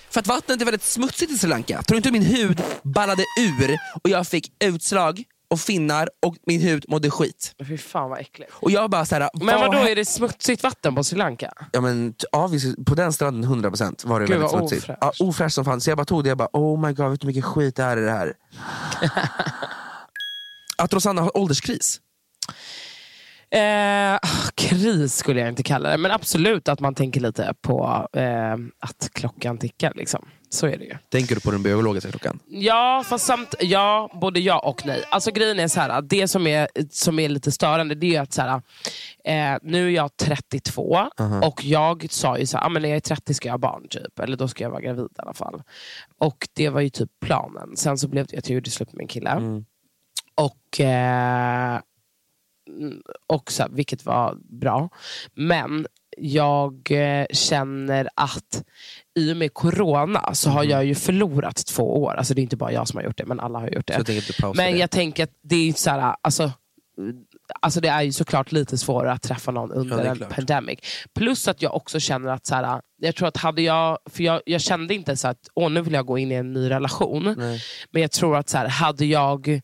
för att vattnet är väldigt smutsigt i Sri Lanka. Tror du inte min hud ballade ur och jag fick utslag och finnar och min hud mådde skit. Fy fan vad äckligt. Och jag bara såhär, Men vadå, är det smutsigt vatten på Sri Lanka? Ja, men, t- ja, vi- på den stranden 100% var det Gud, väldigt vad smutsigt. ofräscht. Ja, ofräscht som fan. Så jag bara tog det jag bara, oh my god, vet du hur mycket skit det här är i det här? att Rosanna har ålderskris. Eh, ah, kris skulle jag inte kalla det, men absolut att man tänker lite på eh, att klockan tickar. Liksom. Så är det ju. Tänker du på den biologiska klockan? Ja, fast samt, ja, både ja och nej. Alltså grejen är så här, att det som är, som är lite störande det är ju att så här, eh, nu är jag 32 och jag sa ju så här, ah, men när jag är 30 ska jag ha barn typ. Eller då ska jag vara gravid i alla fall. Och det var ju typ planen. Sen så blev det ju att jag gjorde slut med min kille. Och, eh, och så här, vilket var bra. Men jag eh, känner att i och med corona så Mhm. har jag ju förlorat två år. Alltså det är inte bara jag som har gjort det, men alla har gjort det. Så jag tänker att du pausar men det. jag tänker att det är ju så här, alltså, alltså det är ju såklart lite svårare att träffa någon under Ja, det är en klart. pandemic. Plus att jag också känner att, så här, jag tror att hade jag, för jag, jag kände inte så att åh, nu vill jag gå in i en ny relation. Men jag tror att så här, hade jag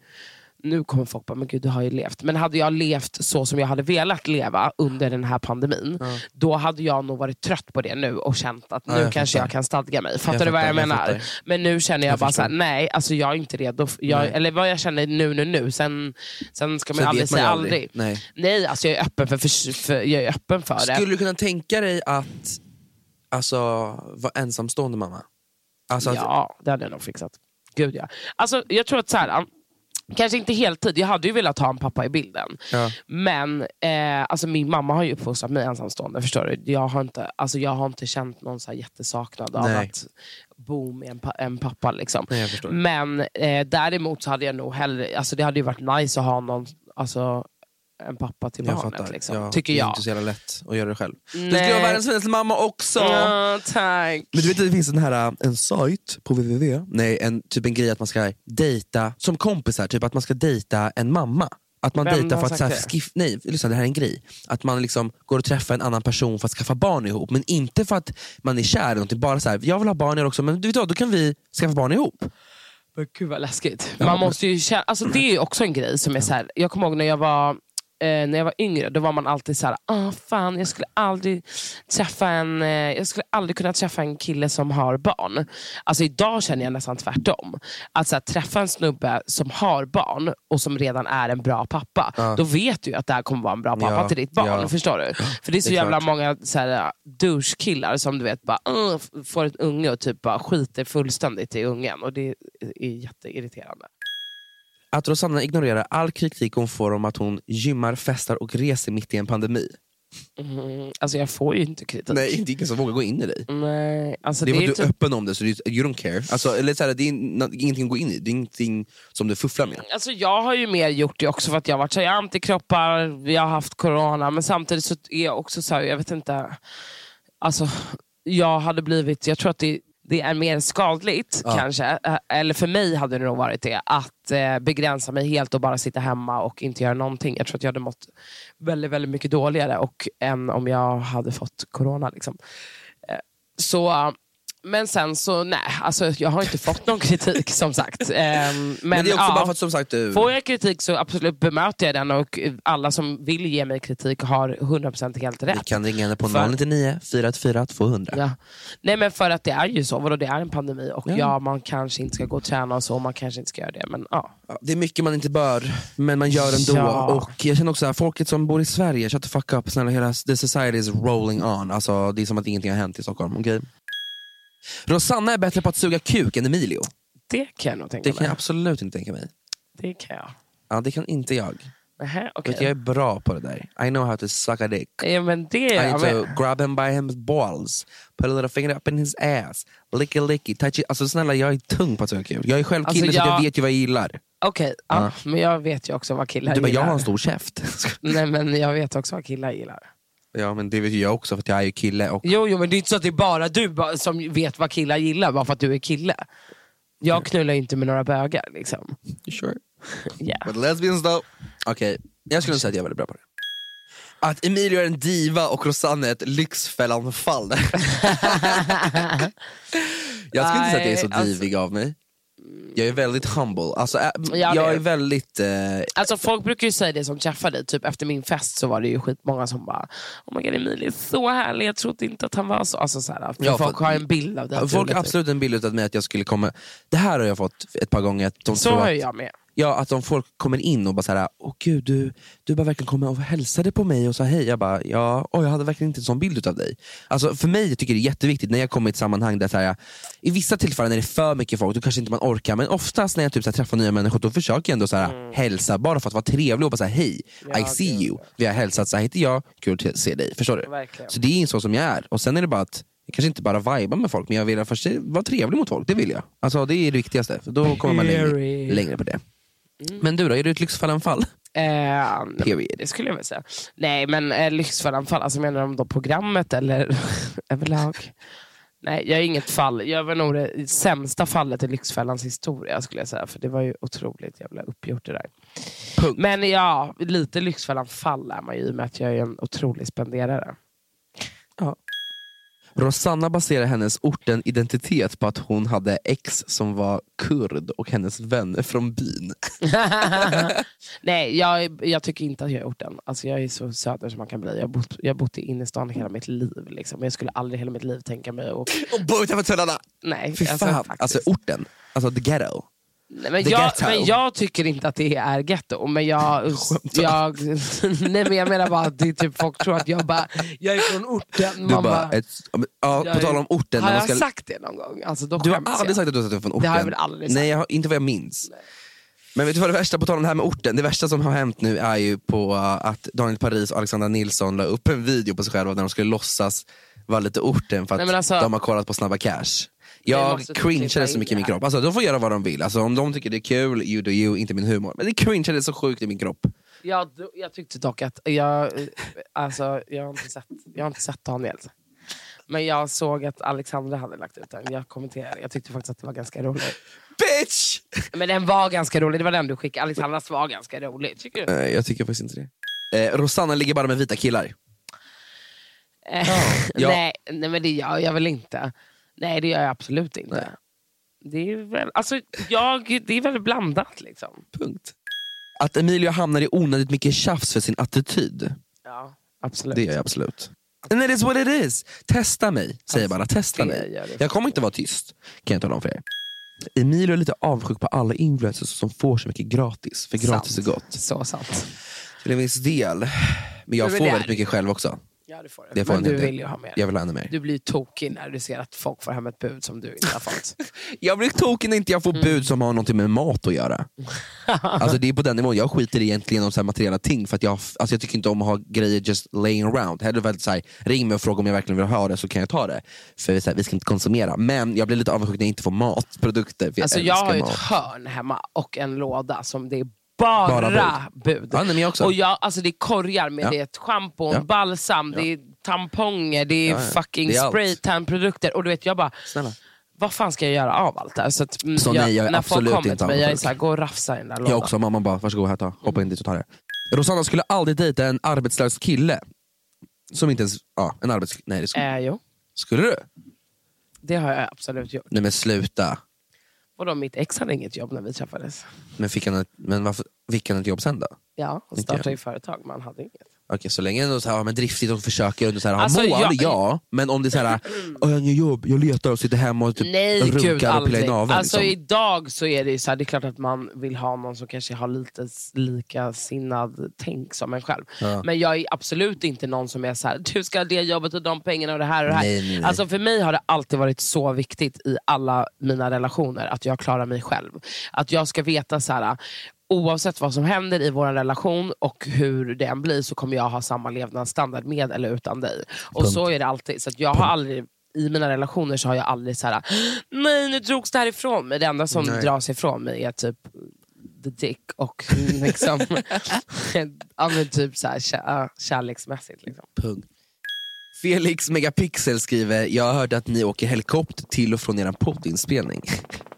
nu kommer folk bara, men gud du har ju levt. Men hade jag levt så som jag hade velat leva under den här pandemin, då hade jag nog varit trött på det nu och känt att nu jag kanske fattar. jag kan stadga mig. Fattar Jag du vad fattar, jag jag menar? fattar. men nu känner jag, Jag bara förstår. såhär, nej, alltså jag är inte redo. f- Jag, eller vad jag känner nu, nu, nu. Sen, sen ska man Sen ju aldrig vet man säga ju aldrig. aldrig. Nej. nej, alltså jag är öppen för, för, för, jag är öppen för det. Skulle du kunna tänka dig att alltså, vara ensamstående mamma? Alltså, att- ja, det hade jag nog fixat. Gud ja. Alltså, jag tror att så här, kanske inte heltid, jag hade ju velat ha en pappa i bilden. Ja. Men eh, alltså, min mamma har ju uppfostrat mig ensamstående. Förstår du? Jag har inte, alltså, jag har inte känt någon så här jättesaknad av Nej. att bo med en, pa- en pappa. Liksom. Nej, jag förstår. Men eh, däremot så hade jag nog hellre, alltså, det hade ju varit nice att ha någon Alltså, en pappa till jag barnet. fattar. Liksom, Ja, tycker det är jag. inte så jävla lätt att göra det själv. Du Nej. skulle vara världens finaste mamma också! Ja, tack. Men du vet att det finns en, här, äh, en sajt på www, nej, en, typ en grej att man ska dejta, som kompisar, typ att man ska dejta en mamma. Att man Vem dejtar har för att så sagt här, det? skif- nej, lyssna, det här är en grej. Att man liksom går och träffar en annan person för att skaffa barn ihop. Men inte för att man är kär eller någonting. Bara så här, jag vill ha barn jag också, men du vet vad, då kan vi skaffa barn ihop. Men gud vad läskigt. Man måste ju känna, alltså det är ju också en grej som är så här, jag kommer ihåg när jag var eh, när jag var yngre, då var man alltid så här, ah fan jag skulle aldrig träffa en eh, jag skulle aldrig kunna träffa en kille som har barn. Alltså idag känner jag nästan tvärtom. Att så här, träffa en snubbe som har barn och som redan är en bra pappa, då vet du ju att det här kommer vara en bra pappa Ja, till ditt barn. ja. Förstår du? För det är så det är jävla klart. många så här, äh, douche-killar som du vet bara "Åh", f- får ett unge och typ bara skiter fullständigt i ungen. Och det är jätteirriterande. Att Rosanna ignorerar all kritik hon får om att hon gymmar, festar och reser mitt i en pandemi. Mm, alltså jag får ju inte kritik. Nej, det är ingen som vågar gå in i dig. Nej, alltså Det det, är för är att du är typ, öppen om det, så det är- you don't care. Alltså, eller så här, det är na- ingenting att gå in i, det är ingenting som du fufflar med. alltså jag har ju mer gjort det också för att jag har varit så här, jag har antikroppar, vi har haft corona. Men samtidigt så är jag också så här, jag vet inte. Alltså jag hade blivit, jag tror att det, det är mer skadligt kanske. eh, Eller för mig hade det nog varit det. Att eh, begränsa mig helt och bara sitta hemma och inte göra någonting. Jag tror att jag hade mått väldigt, väldigt mycket dåligare och, än om jag hade fått corona. Liksom. Eh, Så, eh, men sen så, nej. Alltså, jag har inte fått någon kritik som sagt. Eh, Men, Men, det är också ja. bara för att som sagt, eh, du, Får jag kritik så absolut bemöter jag den och eh, alla som vill ge mig kritik har 100% helt vi rätt. kan ringa henne på För- 099 414 200. Ja. Nej men för att det är ju så, vadå det är en pandemi och Ja. ja. man kanske inte ska gå och träna och så, man kanske inte ska göra det. Men ja. Ja, Det är mycket man inte bör, men man gör ändå. Ja. Och jag känner också att folket som bor i Sverige, shut the fuck up. Snälla, hela the society is rolling on. Alltså, det är som att ingenting har hänt i Stockholm. Okay? Rosanna är bättre på att suga kuk än Emilio. Det kan jag nog tänka Det kan mig. jag absolut inte tänka mig. Det kan jag. Ja, det kan inte jag. Nähä, okej. Vet, jag är bra på det där. I know how to suck a dick. Ja, men det I är need jag to med. grab him by his balls, put a little finger up in his ass, licky licky, touchy. Alltså snälla, jag är tung på att söka kul. Jag är själv Alltså, kille så att jag jag- vet ju vad jag gillar. Okej, ja, men jag vet ju också vad killar Du bara, jag gillar. har en stor käft. Nej men jag vet också vad killar gillar. ja men det vet ju jag också för att jag är ju kille. Och... Jo, jo men det är inte så att det är bara du ba- som vet vad killar gillar bara för att du är kille. Jag knullar ju inte med några bögar liksom. Sure. Yeah. But lesbians though. Okej, jag skulle nog säga att jag är väldigt bra på det. Att Emilio är en diva och Rosanna är ett lyxfällanfall. jag skulle inte säga att jag är så Nej, alltså- divig av mig. Jag är väldigt humble. Alltså, ä- Jag jag är vet. väldigt... Eh, Alltså folk brukar ju säga det som träffar dig, typ efter min fest så var det ju skitmånga som bara Oh my god Emilie är så härlig, jag trodde inte att han var så. Alltså, så här, för Ja, folk för- har en bild av dig. att du folk är har lite- absolut en bild av mig att jag skulle komma... Det här har jag fått ett par gånger. Att de Så tror har att, jag med. Ja, att de folk kommer in och bara så här, åh gud, du, du bara verkligen kom och hälsade på mig och sa hej. Jag bara, ja, åh, jag hade verkligen inte en sån bild av dig. Alltså, för mig jag tycker det är jätteviktigt när jag kommer i ett sammanhang där så här, i vissa tillfällen när det är för mycket folk, då kanske inte man orkar. Men oftast när jag typ så här, träffar nya människor, då försöker jag ändå så här, hälsa, bara för att vara trevlig och bara säga hej, I see you. Vi har hälsat, så här heter jag, kul att se dig. Förstår du? Verkligen. Så det är så som jag är. Och sen är det bara att jag kanske inte bara vibar med folk, men jag vill först vara trevlig mot folk. Det vill jag. Alltså Det är det viktigaste, för då kommer man Period. längre, längre på det. Men du då, är du ett lyxfallanfall? Eh, nej, Period. det skulle jag väl säga. Nej men eh, lyxfallanfall, alltså menar de då programmet eller överlag? Nej, jag är inget fall. Jag var nog det sämsta fallet i Lyxfällans historia skulle jag säga. För det var ju otroligt jävla uppgjort det där. Punkt. Men ja, lite Lyxfällan-fall är man ju i och med att jag är en otrolig spenderare. Rosanna baserar hennes orten identitet på att hon hade ex som var kurd och hennes vänner från byn. Nej, jag, är- jag tycker inte att jag har gjort den. Alltså, jag är så söder som man kan bli. Jag har bott, jag har bott i innerstan hela mitt liv. Liksom. Jag skulle aldrig hela mitt liv tänka mig att... Och bo utanför tullarna! Nej, Fy alltså, fan, faktiskt. alltså orten. Alltså the ghetto. Nej, men, The jag, ghetto. men jag tycker inte att det är ghetto. Men jag, jag, nej, men jag menar bara att det är typ, folk tror att jag bara, jag är från orten. Du Man bara, ett, ja, jag på är- tal om orten. har när man jag ska, sagt det någon gång? Alltså, då du har skäms jag. aldrig sagt att du har sagt att du är från orten. Det har jag väl aldrig sagt. Nej, jag har, inte vad jag minns. Men vet du vad det värsta, på tal om det här med orten, det värsta som har hänt nu är ju på uh, att Daniel Paris och Alexandra Nilsson la upp en video på sig själva när de skulle låtsas vara lite orten för att Nej, men alltså- de har kollat på Snabba Cash. Vi Jag måste typ klippa cringeade in så mycket det i min här. kropp. Alltså, de får göra vad de vill. Alltså, om de tycker det är kul, you do you, inte min humor. Men det cringeade så sjukt i min kropp. Jag, jag tyckte dock att, jag, eh, alltså, jag, har inte sett, jag har inte sett Daniel. Men jag såg att Alexandra hade lagt ut den. Jag kommenterade. Jag tyckte faktiskt att det var ganska roligt. Bitch! Men den var ganska rolig. Det var den du skickade. Alexandras var ganska rolig. Tycker du? Nej, Eh, jag tycker faktiskt inte det. Eh, Rosanna ligger bara med vita killar. Eh, Ja. nej, nej, men det gör jag väl inte. Nej, det gör jag absolut inte. Det är väl, alltså, jag, det är väl blandat liksom. Punkt. Att Emilio hamnar i onödigt mycket tjafs för sin attityd. Ja, absolut. Det gör jag absolut. And it is what it is. Testa mig, säger jag bara. Testa det mig. gör det. Jag kommer inte vara tyst, kan jag tala om för er. Emilio är lite avundsjuk på alla influencers som får så mycket gratis. För gratis Sant. är gott. Så sant. Till en viss del. Men jag Men det får är väldigt det. mycket själv också. Ja, du får det. Det får men du en hel del. vill ju ha mer. Jag vill ha ännu mer. Du blir ju tokig när du ser att folk får hem ett bud som du inte har fått. Jag blir tokig när inte jag får Mm. bud som har någonting med mat att göra. Alltså det är på den nivån. Jag skiter egentligen om så här materiella ting för att jag, alltså jag tycker inte om att ha grejer just laying around. Hellre väl så här, ring mig och fråga om jag verkligen vill ha det så kan jag ta det. För så här, vi ska inte konsumera. Men jag blir lite avundsjuk när jag inte får matprodukter. För jag Alltså jag älskar har ju ett mat. hörn hemma och en låda som det är bara, Bara bud. bud. Ja, nej, men jag också. Och jag, alltså det är korgar med Ja. det är ett schampo, en Ja. balsam, det är tamponger, det är Ja, ja. fucking Det är allt. spraytan-produkter. Och du vet, jag bara, Snälla. vad fan ska jag göra av allt det här? Så, att, mm, Så nej, jag är när absolut folk kommer inte till mig, jag är avundsjuk. såhär, gå och rafsa i den där lådan. Jag också. Mamma bara, varsågod här ta. Hoppa in dit och ta det. Rosanna skulle aldrig dejta en arbetslös kille. Som inte ens, ja en arbets... Nej det skulle, Eh, jo, skulle du? det har jag absolut gjort. Nej men sluta. Vadå, mitt ex hade inget jobb när vi träffades. Men fick han ett, men varför, fick han ett jobb sen då? Ja, han Inte startade jag. ju företag, men han hade inget. Okej, så länge det är så här, ja, men driftigt och försöker och så här, Alltså, alltså, mål, jag- Mm. ja. Men om det är så här, "Åh, jag har inget jobb, jag letar och sitter hemma och typ Nej gud runkar och pillar i aldrig. naveln. alltså, liksom. Idag så är det ju så här, det är klart att man vill ha någon som kanske har lite s- likasinnad tänk som en själv. Men jag är absolut inte någon som är så här, du ska ha det jobbet och de pengarna och det här och det här. Nej, nej, nej. Alltså, för mig har det alltid varit så viktigt i alla mina relationer att jag klarar mig själv. Att jag ska veta så här, Oavsett vad som händer i vår relation och hur den blir så kommer jag ha samma levnadsstandard med eller utan dig. Och så är det alltid. Så att jag har aldrig i mina relationer så har jag aldrig så här, nej nu drogs det här ifrån mig. Det enda som dras ifrån mig är typ the dick och liksom, ja, men typ så här, kär, kärleksmässigt. Liksom. Punkt. Felix Megapixel skriver, jag har hört att ni åker helikopter till och från er poddinspelning.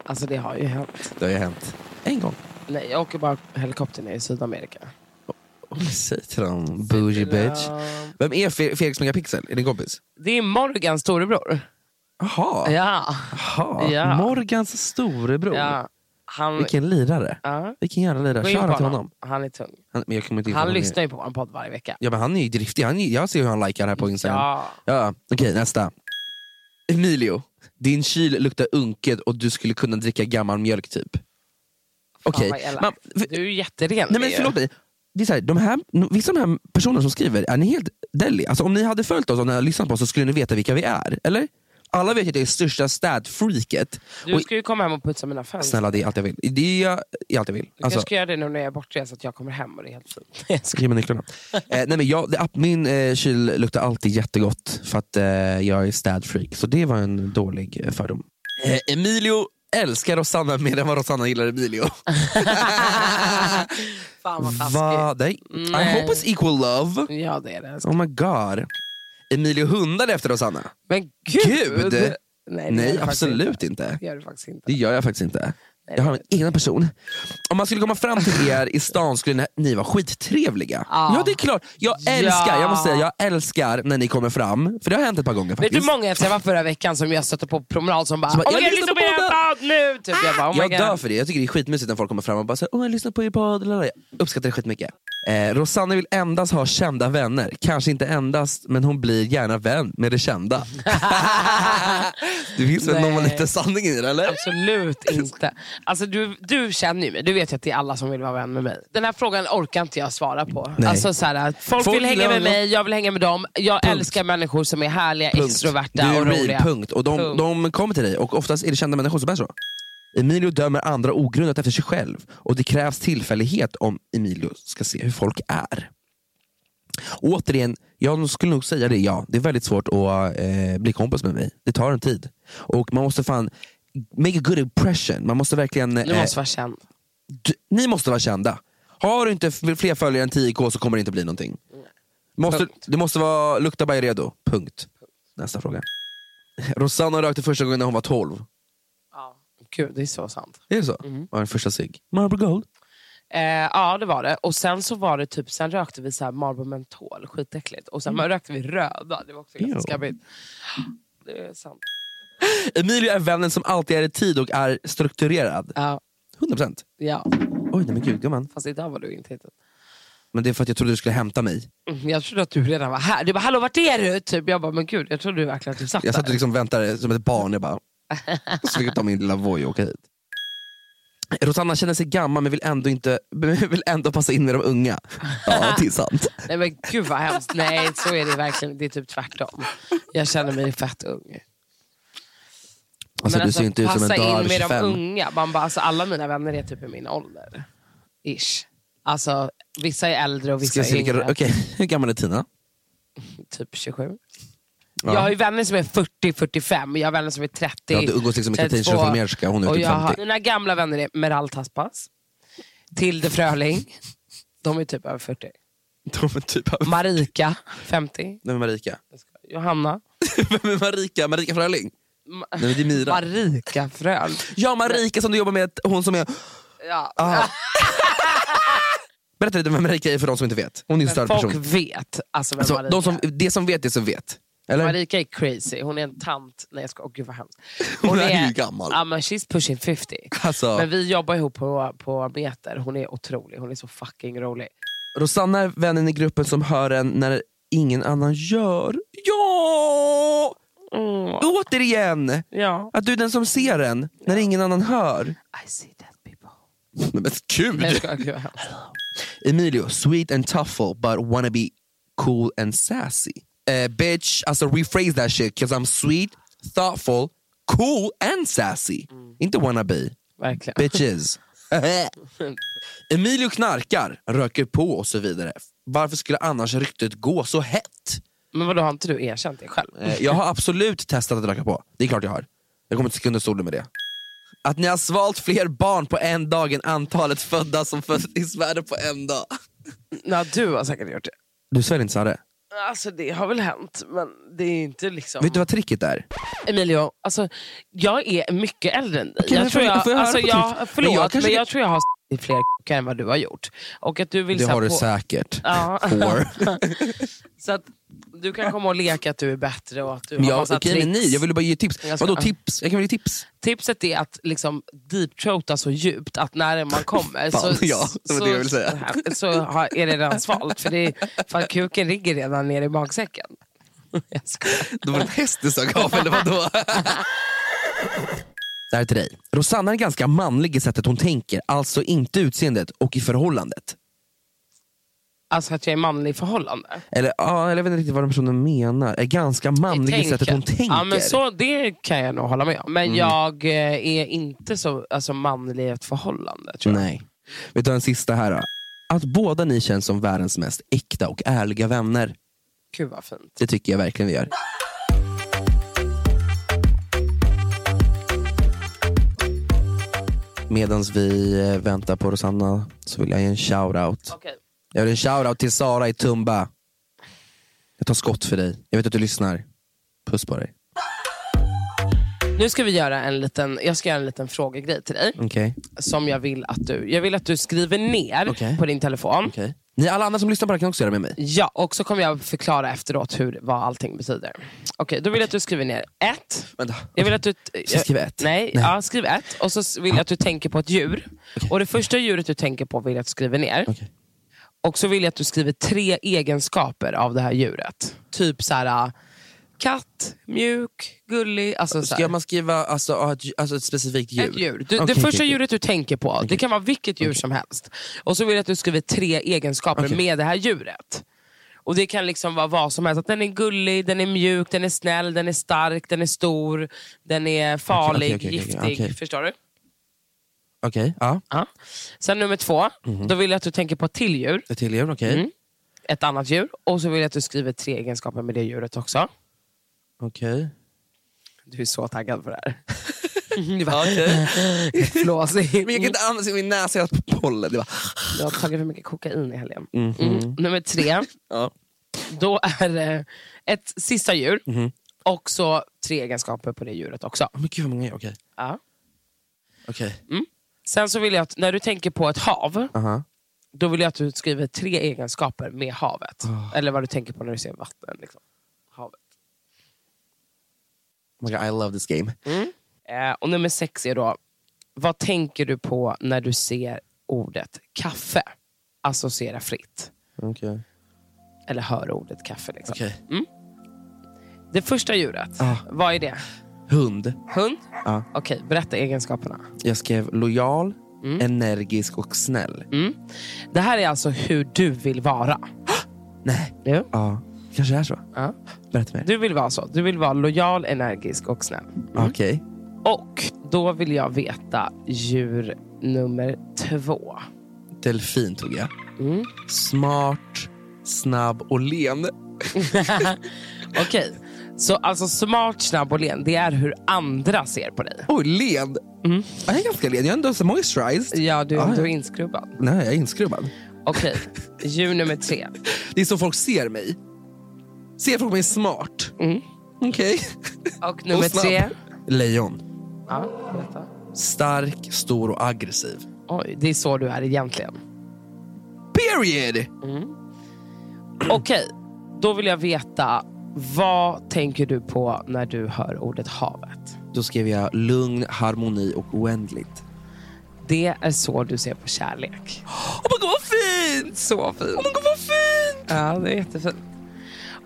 Alltså det har ju hänt. Det har ju hänt en gång. Nej, jag åker bara helikopter ner i Sydamerika. Åh, Säg till dem, bougie bitch. Vem är Fe- Felix Megapixel? Är det en kompis? Det är Morgans storebror. Jaha, Ja. Jaha. Ja. Morgans storebror. ja. Han, Vilken lirare. Ja. Vilken jävla lirare. Gå in på Shoutout till honom. honom. Han är tung. Han, men jag kommer inte in på Han honom. lyssnar ju på vår podd varje vecka. Ja, men han är ju driftig. Han är, jag ser hur han likar här på Instagram. Ja. Ja, okej nästa. Emilio, din kyl luktar unket och du skulle kunna dricka gammal mjölk typ. Okej. vad elakt. Man- för- Du är ju jätteren. Nej men ju. förlåt mig. Det är så här, de här, vissa av de här personerna som skriver, är ni helt deli? Alltså, om ni hade följt oss och ni hade lyssnat på oss så skulle ni veta vilka vi är, eller? Alla vet ju att jag är största städfreaket. Du Och- ska ju komma hem och putsa mina fönster. Snälla, det är allt jag vill. Det är, det är allt jag vill. Du Alltså, kanske ska göra det nu när jag är bortrest, så att jag kommer hem och det är helt fint. Ge mig nycklarna. eh, nej men jag, det, app- min eh, kyl luktar alltid jättegott för att eh, jag är städfreak. Så det var en dålig eh, fördom. Eh, Emilio älskar Rosanna mer än vad Rosanna gillar Emilio. Fan vad taskigt. Va? Nej. I Nej. hope it's equal love. Ja det är det. Oh my god. Emilio hundade efter Rosanna. Men gud! Gud! Nej, det gör Nej, det faktiskt absolut inte. Det gör du faktiskt inte. Det gör jag faktiskt inte. Jag har en egen person. Om man skulle komma fram till er i stan skulle ni, ni vara skittrevliga. Ja. Ja det är klart, jag älskar, jag måste säga, jag älskar när ni kommer fram. För det har hänt ett par gånger Vet faktiskt. du hur många efter jag var förra veckan som jag stötte på på promenad som bara, Som bara, oh my "Jag god, lyssnar lyssna på på er podd nu! Typ. Jag bara, oh my jag god. dör för det, jag tycker det är skitmysigt när folk kommer fram och bara säger åh jag lyssnar på er podd, lalala." jag uppskattar det skitmycket. Eh, Rosanna vill endast ha kända vänner, kanske inte endast men hon blir gärna vän med det kända. det finns väl Nej. någon liten sanning i det eller? Absolut inte. Alltså, du, du känner ju mig, du vet ju att det är alla som vill vara vän med mig. Den här frågan orkar inte jag svara på. Nej. Alltså, så här, folk, Folk vill hänga med gillar- mig, jag vill hänga med dem. Jag älskar människor som är härliga, Du extroverta är och real, roliga. punkt. Och de, Punkt. de kommer till dig och oftast är det kända människor som är så. Emilio dömer andra ogrundat efter sig själv och det krävs tillfällighet om Emilio ska se hur folk är. Återigen, jag skulle nog säga det ja. Det är väldigt svårt att eh, bli kompis med mig. Det tar en tid. Och man måste fan make a good impression. Man måste verkligen... Du eh, måste vara känd. du, ni måste vara kända. Har du inte f- fler följare än 10k så kommer det inte bli någonting. Måste, Punkt. det måste vara lukta bara redo. Punkt. Nästa fråga. Rosanna rökte första gången när hon var 12. Gud, det är så sant. Är det så? Var den första cigg? Marlboro Gold? Eh, ja, det var det. Och sen så var det typ, sen rökte vi så här Marlboro mentol, skitäckligt. Och sen Mm. rökte vi röda, det var också ganska Ew. skabbigt. Det är sant. Emilio är vännen som alltid är i tid och är strukturerad. Ja, 100%. ja, Oj, nej men gud gumman. fast idag var du inte hittat. Men det är för att jag trodde du skulle hämta mig. Mm, Jag trodde att du redan var här. Du bara, hallå vart är du? Typ. Jag bara, men gud, jag trodde verkligen att du satt Jag satt och där. liksom väntade som ett barn. Jag bara, så fick jag ta min lilla Voi och åka hit. Rosanna känner sig gammal men vill ändå, inte, men vill ändå passa in i de unga. Ja, det är sant. Alltså, Nej men gud vad hemskt. Nej, så är det verkligen. Det är typ tvärtom. Jag känner mig fett ung. Alltså, du ser ju inte ut som en passa dag in över med 25. de unga. Man bara, alltså, alla mina vänner är typ i min ålder. Ish. Alltså, vissa är äldre och Ska vissa jag se är vilka, yngre. okej, hur gammal är Tina? Typ 27. Ja. Jag har ju vänner som är 40-45, jag har vänner som är 30. Ja, du umgås liksom med Katrin 32. Sjöfalmerska, hon är Och typ jag har- 50. Mina gamla vänner är Meral Taspas, Tilde Fröling, de är typ över 40. De är typ av... Marika, 50. Vem är Marika? Johanna. Vem är Marika? Marika Fröling? Nej, men det är Mira. Marika Fröl. Ja, Marika som du jobbar med, hon som är... Ja. Ah. Berätta lite vem Marika är för de som inte vet. Hon är en större Folk person. vet alltså vem Så, Marika de som, är. det som vet, det som vet. Eller? Marika är crazy, hon är en tant. Nej jag skojar, Åh, gud vad hemskt. Hon är ju gammal. Ja, men she's pushing 50. Alltså. Men vi jobbar ihop på, på meter, hon är otrolig, hon är så fucking rolig. Rosanna är vännen i gruppen som hör en när ingen annan gör. Ja! Mm. Återigen! Ja. Att du är den som ser en när ingen annan hör. I see dead people. Men gud! Jag skojar, gud vad hemskt. Emilio, sweet and tough but wanna be cool and sassy. Eh, bitch, alltså rephrase that shit cause I'm sweet, thoughtful, cool and sassy. Mm. Inte wanna be. Verkligen. Bitches. Emilio knarkar, röker på och så vidare. Varför skulle annars ryktet gå så hett? Men vadå, har inte du erkänt det själv? Eh, Jag har absolut testat att röka på. Det är klart jag har. Jag kommer inte sticka under stolen med det. Att ni har svalt fler barn på en dag än antalet födda som föddes i Sverige på en dag. Nej, du har säkert gjort det. Du sväljer inte Sarre. Alltså det har väl hänt, men det är inte liksom... Vet du vad tricket är? Emilio, alltså, jag är mycket äldre än dig. Okej, men jag tror får- jag, får jag höra alltså, på jag, tryck? förlåt, Men men jag jag, kanske- tror jag har i fler än vad du har gjort. Och att du vill Det så här har du på- säkert. Ja. Whore. så att Du kan komma och leka att du är bättre och att du Men har jag, massa okej, tricks. men nej, jag ville bara ge tips. Jag ska- Vadå tips? Jag kan väl ge tips? Tipset är att liksom deep-throata så djupt att när man kommer Fan, så, ja, det var det jag ville säga. så har- är det redan svalt. För, det är, för att kuken ligger redan nere i magsäcken. Jag skojar. Då var det en häst du sög av, eller vadå? Det här är till dig. Rosanna är ganska manlig i sättet hon tänker, alltså inte utseendet och i förhållandet. Alltså att jag är manlig i förhållande. Eller, ja, eller jag vet inte riktigt vad den personen menar. Är ganska manlig i sättet hon tänker. Mm. Ja, men så, det kan jag nog hålla med om. Men jag eh, är inte så alltså, manlig i ett förhållande. Tror jag. Nej. Vi tar en sista här då. Att båda ni känns som världens mest äkta och ärliga vänner. Gud vad fint. Det tycker jag verkligen vi gör. Medan vi eh, väntar på Rosanna så vill jag ge en shoutout. Okej. Jag vill ge en shoutout till Sara i Tumba. Jag tar skott för dig. Jag vet att du lyssnar. Puss på dig. Nu ska vi göra en liten, jag ska göra en liten frågegrej till dig. Okej. Som jag vill att du, jag vill att du skriver ner Okej. på din telefon. Okej. Ni alla andra som lyssnar på det här kan också göra det med mig. Ja, och så kommer jag förklara efteråt hur, vad allting betyder. Okej, då vill jag att du skriver ner ett. Vänta. Jag vill att du... Ska jag skriva ett? Nej, Nej. Ja, skriv ett. Och så s- vill jag att du tänker på ett djur. Och det första djuret du tänker på vill jag att du skriver ner. Okej. Och så vill jag att du skriver tre egenskaper av det här djuret. Typ så här, äh, katt, mjuk, gullig. Alltså så här. Ska man skriva alltså, ah, ett, alltså ett specifikt djur? Ett djur. Du, Okej, det första okej, djuret du tänker på, det kan vara vilket djur som helst. Och så vill jag att du skriver tre egenskaper Okej. med det här djuret. Och Det kan liksom vara vad som helst. Att den är gullig, den är mjuk, den är snäll, den är stark, den är stor, den är farlig, okej, okej, giftig. okej, okej. Förstår du? Okej, ja. Ja. Sen nummer två, Mhm. då vill jag att du tänker på ett till djur, Ett till djur, okej. Mm. ett annat djur. Och så vill jag att du skriver tre egenskaper med det djuret också. Mm. Okej. Du är så taggad på det här. Du bara, flåsig. Men jag kan inte andas i min näsa, jag har pollen. Det var... Jag har tagit för mycket kokain i helgen. Mm. Nummer tre. Ja. Då är det ett sista djur och så tre egenskaper på det djuret också. Men gud vad många jag okej. Ja. Okej. Mm. Sen så vill jag att när du tänker på ett hav, Aha. då vill jag att du skriver tre egenskaper med havet. Eller vad du tänker på när du ser vatten. Liksom. Havet. Oh my God, I love this game. Eh, och nummer sex är då, vad tänker du på när du ser ordet kaffe? Associera fritt. Okej. Eller hör ordet kaffe. Liksom. Okej. Det första djuret, Ah. vad är det? Hund. Hund? Ja. Okej, berätta egenskaperna. Jag skrev lojal, Mm. energisk och snäll. Det här är alltså hur du vill vara. Nej. Jo. Ja. Kanske är så. Ja. Berätta mer. Du mm. vill vara så. Du vill vara lojal, energisk och snäll. Okej. Och då vill jag veta djur nummer två. Delfin tog jag. Mm. Smart, snabb och len. Mm. Okej, så alltså smart, snabb och len, det är hur andra ser på dig. Oj, len. Ja, Jag är ganska len. Jag är ändå så moisturized. Mm. Ja, du, Ah, ja. du är inskrubbad. Nej, jag är inskrubbad. Okej, djur nummer tre. Det är så folk ser mig. Ser folk mig smart? Mm. Okej. Och Och nummer snabb. tre. Lejon. Ja, berätta. Stark, stor och aggressiv. Oj, det är så du är egentligen. Period! Okej, då vill jag veta vad tänker du på när du hör ordet havet? Då skrev jag lugn, harmoni och oändligt. Det är så du ser på kärlek. Åh oh vad fint! Så fint. Åh oh vad fint! Ja, det är jättefint.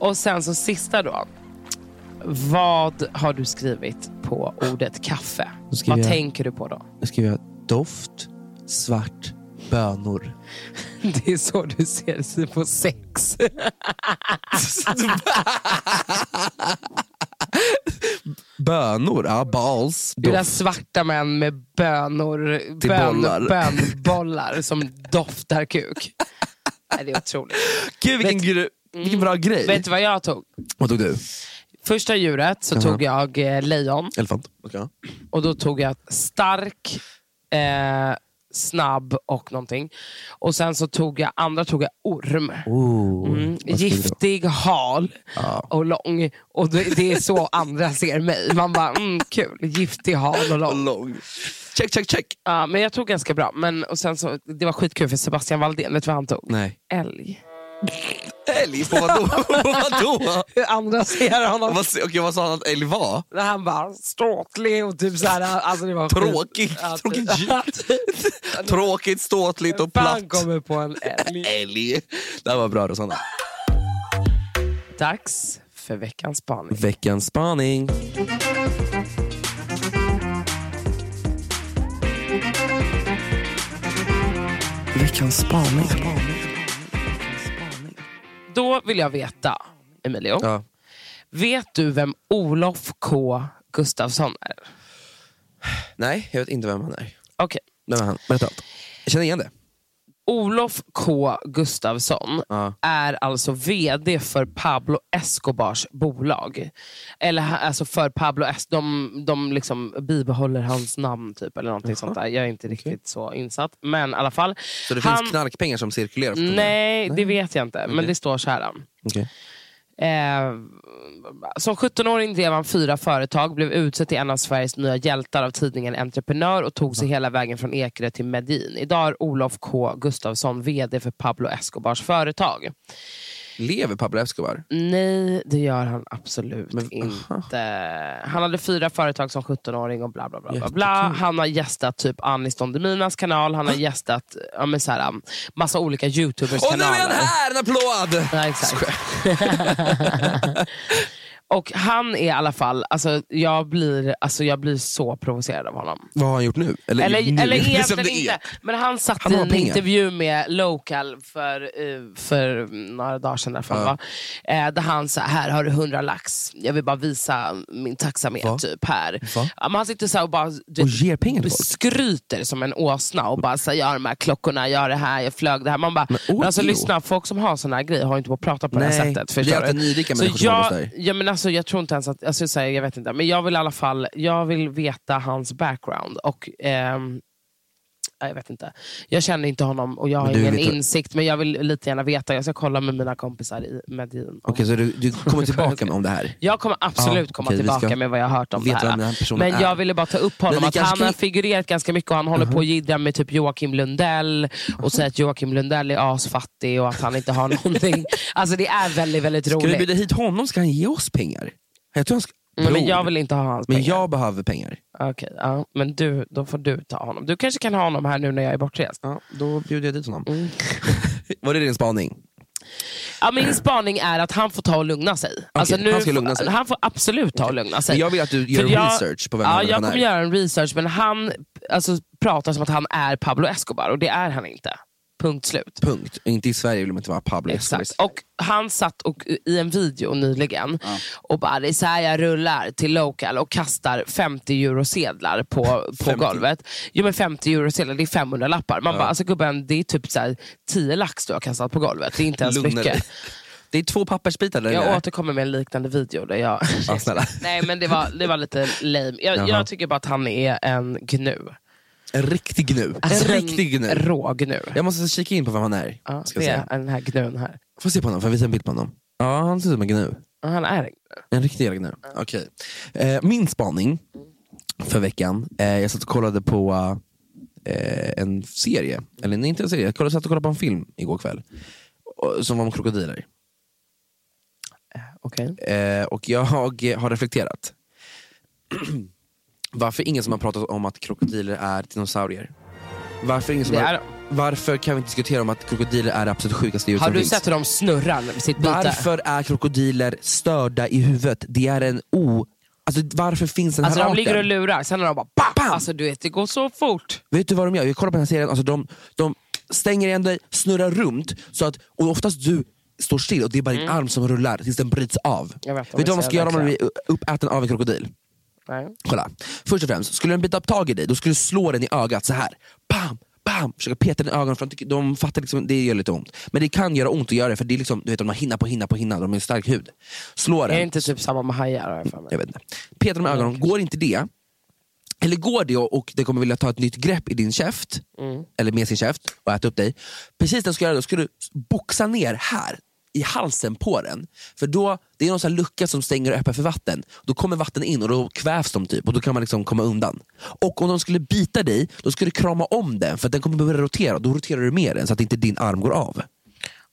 Och sen så sista då. Vad har du skrivit på ordet kaffe? Då skriver Vad jag- tänker du på då? Då skrev jag doft, svart, bönor. Det är så du ser på sex. Bönor? Ja, balls. Dina Doft. svarta män med bönor, bön, bollar. bönbollar som doftar kuk. Nej, det är otroligt. Gud vilken, Vet- gru- vilken bra grej. Vet du vad jag tog? Vad tog du? Första djuret så Uh-huh. tog jag eh, lejon Elefant. Okay. och då tog jag stark, eh, snabb och någonting. Och sen så tog jag, andra tog jag orm. Oh, Mm, vad skriver du? giftig, hal och lång. Och det, det är så andra ser mig. Man bara, mm, kul. Giftig, hal och Och lång. lång. Check, check, check. Ja, men jag tog ganska bra. Men, och sen så, det var skitkul för Sebastian Valdén, vet du vad han tog? Nej. Älg. Älg? På vadå? På vadå? Hur andra ser honom. Vad se- Okej, vad sa han att älg var? När han bara ståtlig och typ såhär. Alltså det var skit. Tråkigt, Ja, typ. tråkigt djupt. Tråkigt, ståtligt och platt. Fan kommer på en älg. Älg. Det här var bra Rosanna. Dags för veckans spaning. Veckans spaning. Veckans spaning. Då vill jag veta, Emilio. Ja. Vet du vem Olof K Gustafsson är? Nej, jag vet inte vem han är. Okej. Vem är han? Berätta allt. Jag känner igen det. Olof K Gustafsson Ja. är alltså VD för Pablo Escobars bolag. Eller ha- alltså för Pablo Es- de, de liksom bibehåller hans namn typ eller någonting sånt där. Jag är inte riktigt så insatt. Men i alla fall. Så det han- finns knarkpengar som cirkulerar? på Tinder? Nej, det vet jag inte. Men det står så här. Okej. Eh, som 17-åring drev han fyra företag, blev utsedd till en av Sveriges nya hjältar av tidningen Entreprenör och tog sig hela vägen från Ekerö till Medin. Idag är Olof K Gustafsson VD för Pablo Escobars företag. Lever Pablo Escobar? Nej, det gör han absolut Men- inte. Han hade fyra företag som 17-åring och bla bla bla. bla, bla. Han har gästat typ Anis Don Deminas kanal, Ah. han har gästat ja, men så här, um, massa olika youtubers Och nu kanaler. är han här! En applåd! Ja, exakt. och han är i alla fall, alltså, jag, blir, alltså, jag blir så provocerad av honom. Vad har han gjort nu? Eller, Eller, nu? eller Det är som egentligen det är. inte. Men han satt Han i har en pengar. intervju med Local för, eh, för några dagar sedan. Därför, va? Eh, där han sa, här har du 100 lax. Jag vill bara visa min tacksamhet. Va? Typ, här. Va? Ja, men han sitter så här och bara du Och vet, ger pengar till folk? skryter som en åsna och bara, så här, jag har de här klockorna, jag har det här, jag flög det här. Man bara, men, oj, alltså, jo. lyssna, folk som har såna här grejer har ju inte på att prata på det här Nej, sättet. det är förstår alltid du? nyrika så människor som håller jag, sig. ja, men alltså, jag tror inte ens att, alltså, så här, jag vet inte, men jag vill i alla fall jag vill veta hans background. Och, ehm, ja, jag vet inte. Jag känner inte honom och jag har Men du ingen vet- insikt, men jag vill lite gärna veta. Jag ska kolla med mina kompisar i Medin. Okej, så du, du kommer tillbaka med om det här? Jag kommer absolut Ja, komma okej, vi tillbaka ska med vad jag har hört om veta det här. vem den här personen men jag är. ville bara ta upp Men honom, vi att kanske han Mm-hmm. har kan- figurerat ganska mycket och han håller på och jiddrar med typ Joakim Lundell och säger att Joakim Lundell är asfattig och att han inte har någonting. Alltså det är väldigt, väldigt Ska vi roligt. bjuda hit honom ska han ge oss pengar. Jag tror han ska... Nej, men Bror, jag vill inte ha hans Mm. men pengar. jag behöver pengar. Okej, ja, men du, då får du ta honom. Du kanske kan ha honom här nu när jag är bortrest. Ja, då bjuder jag dit honom. Mm. Var det din spaning? Ja, min spaning är att han får ta och lugna sig. han ska får- lugna sig. Han får absolut ta och lugna sig. Men jag vill att du gör För jag- research på vem ja, han- jag han är. kommer göra en research, men han alltså, pratar som att han är Pablo Escobar och det är han inte. Punkt slut. Punkt. Inte i Sverige vill man inte vara Pablo Escobar. Exakt. Och han satt och, i en video nyligen och bara, det är så här jag rullar till Local och kastar 50 eurosedlar på, på 50. golvet. Jo men 50 eurosedlar, det är 500 lappar. Man bara, alltså gubben det är typ så här 10 lax du har kastat på golvet. Det är inte ens Lugna dig. mycket. Det är två pappersbitar där Jag nere. återkommer med en liknande video där jag... Ja, snälla. Nej men det var, det var lite lame. Jag, Jaha. jag tycker bara att han är en gnu. En riktig gnu. Alltså, en riktig gnu. rå gnu. Jag måste kika in på vem han är. Ja, ska jag det säga. är den här gnun här. Får jag se på honom? Får jag visa en bild på honom? Ja, han ser ut som en gnu. Ja, Han är en gnu. En riktig jävla gnu. Okej. Eh, min spaning för veckan. Eh, jag satt och kollade på eh, en serie. Eller nej, inte en serie. Jag kollade, satt och kollade på en film igår kväll. Och, som var om krokodiler. Okej. Eh, och jag har reflekterat. Varför ingen som har pratat om att krokodiler är dinosaurier? Varför, ingen som Det har, är- varför kan vi inte diskutera om att krokodiler är det absolut sjukaste djur Har som du finns? sett hur de snurrar med sitt byte? Varför är krokodiler störda i huvudet? Det är en o... Alltså varför finns den Alltså här de ligger och arten? lurar, sen när de bara bam! Bam! Alltså du vet, det går så fort. Vet du vad de gör? Jag kollar på den här serien, alltså de, de stänger igen dig, snurrar runt, så att, och oftast du står still och det är bara din arm som rullar tills den bryts av. Mm. Jag vet, de är vet du vad man så ska göra om man jävla blir uppäten av en krokodil? Nej. Kolla. Först och främst, skulle den bita upp tag i dig, då skulle du slå den i ögat så här. Bam! Bam! Försöka peta den i ögonen, för de, tycker- de fattar liksom, det gör lite ont. Men det kan göra ont att göra det, för det är liksom, du vet, de har hinna på hinna på hinna, de har en stark hud. Slå Är den, det inte typ samma med hajar? har jag för mig? jag vet inte. Peta dem i ögonen, går inte det, eller går det och det kommer vilja ta ett nytt grepp i din käft, Mm. eller med sin käft och äta upp dig. Precis det du ska göra då, ska du boxa ner här i halsen på den. För då, det är någon sån här lucka som stänger och öppnar för vatten. Då kommer vatten in och då kvävs de typ och då kan man liksom komma undan. Och om de skulle bita dig, då ska du krama om den för att den kommer börja rotera. Då roterar du med den så att inte din arm går av.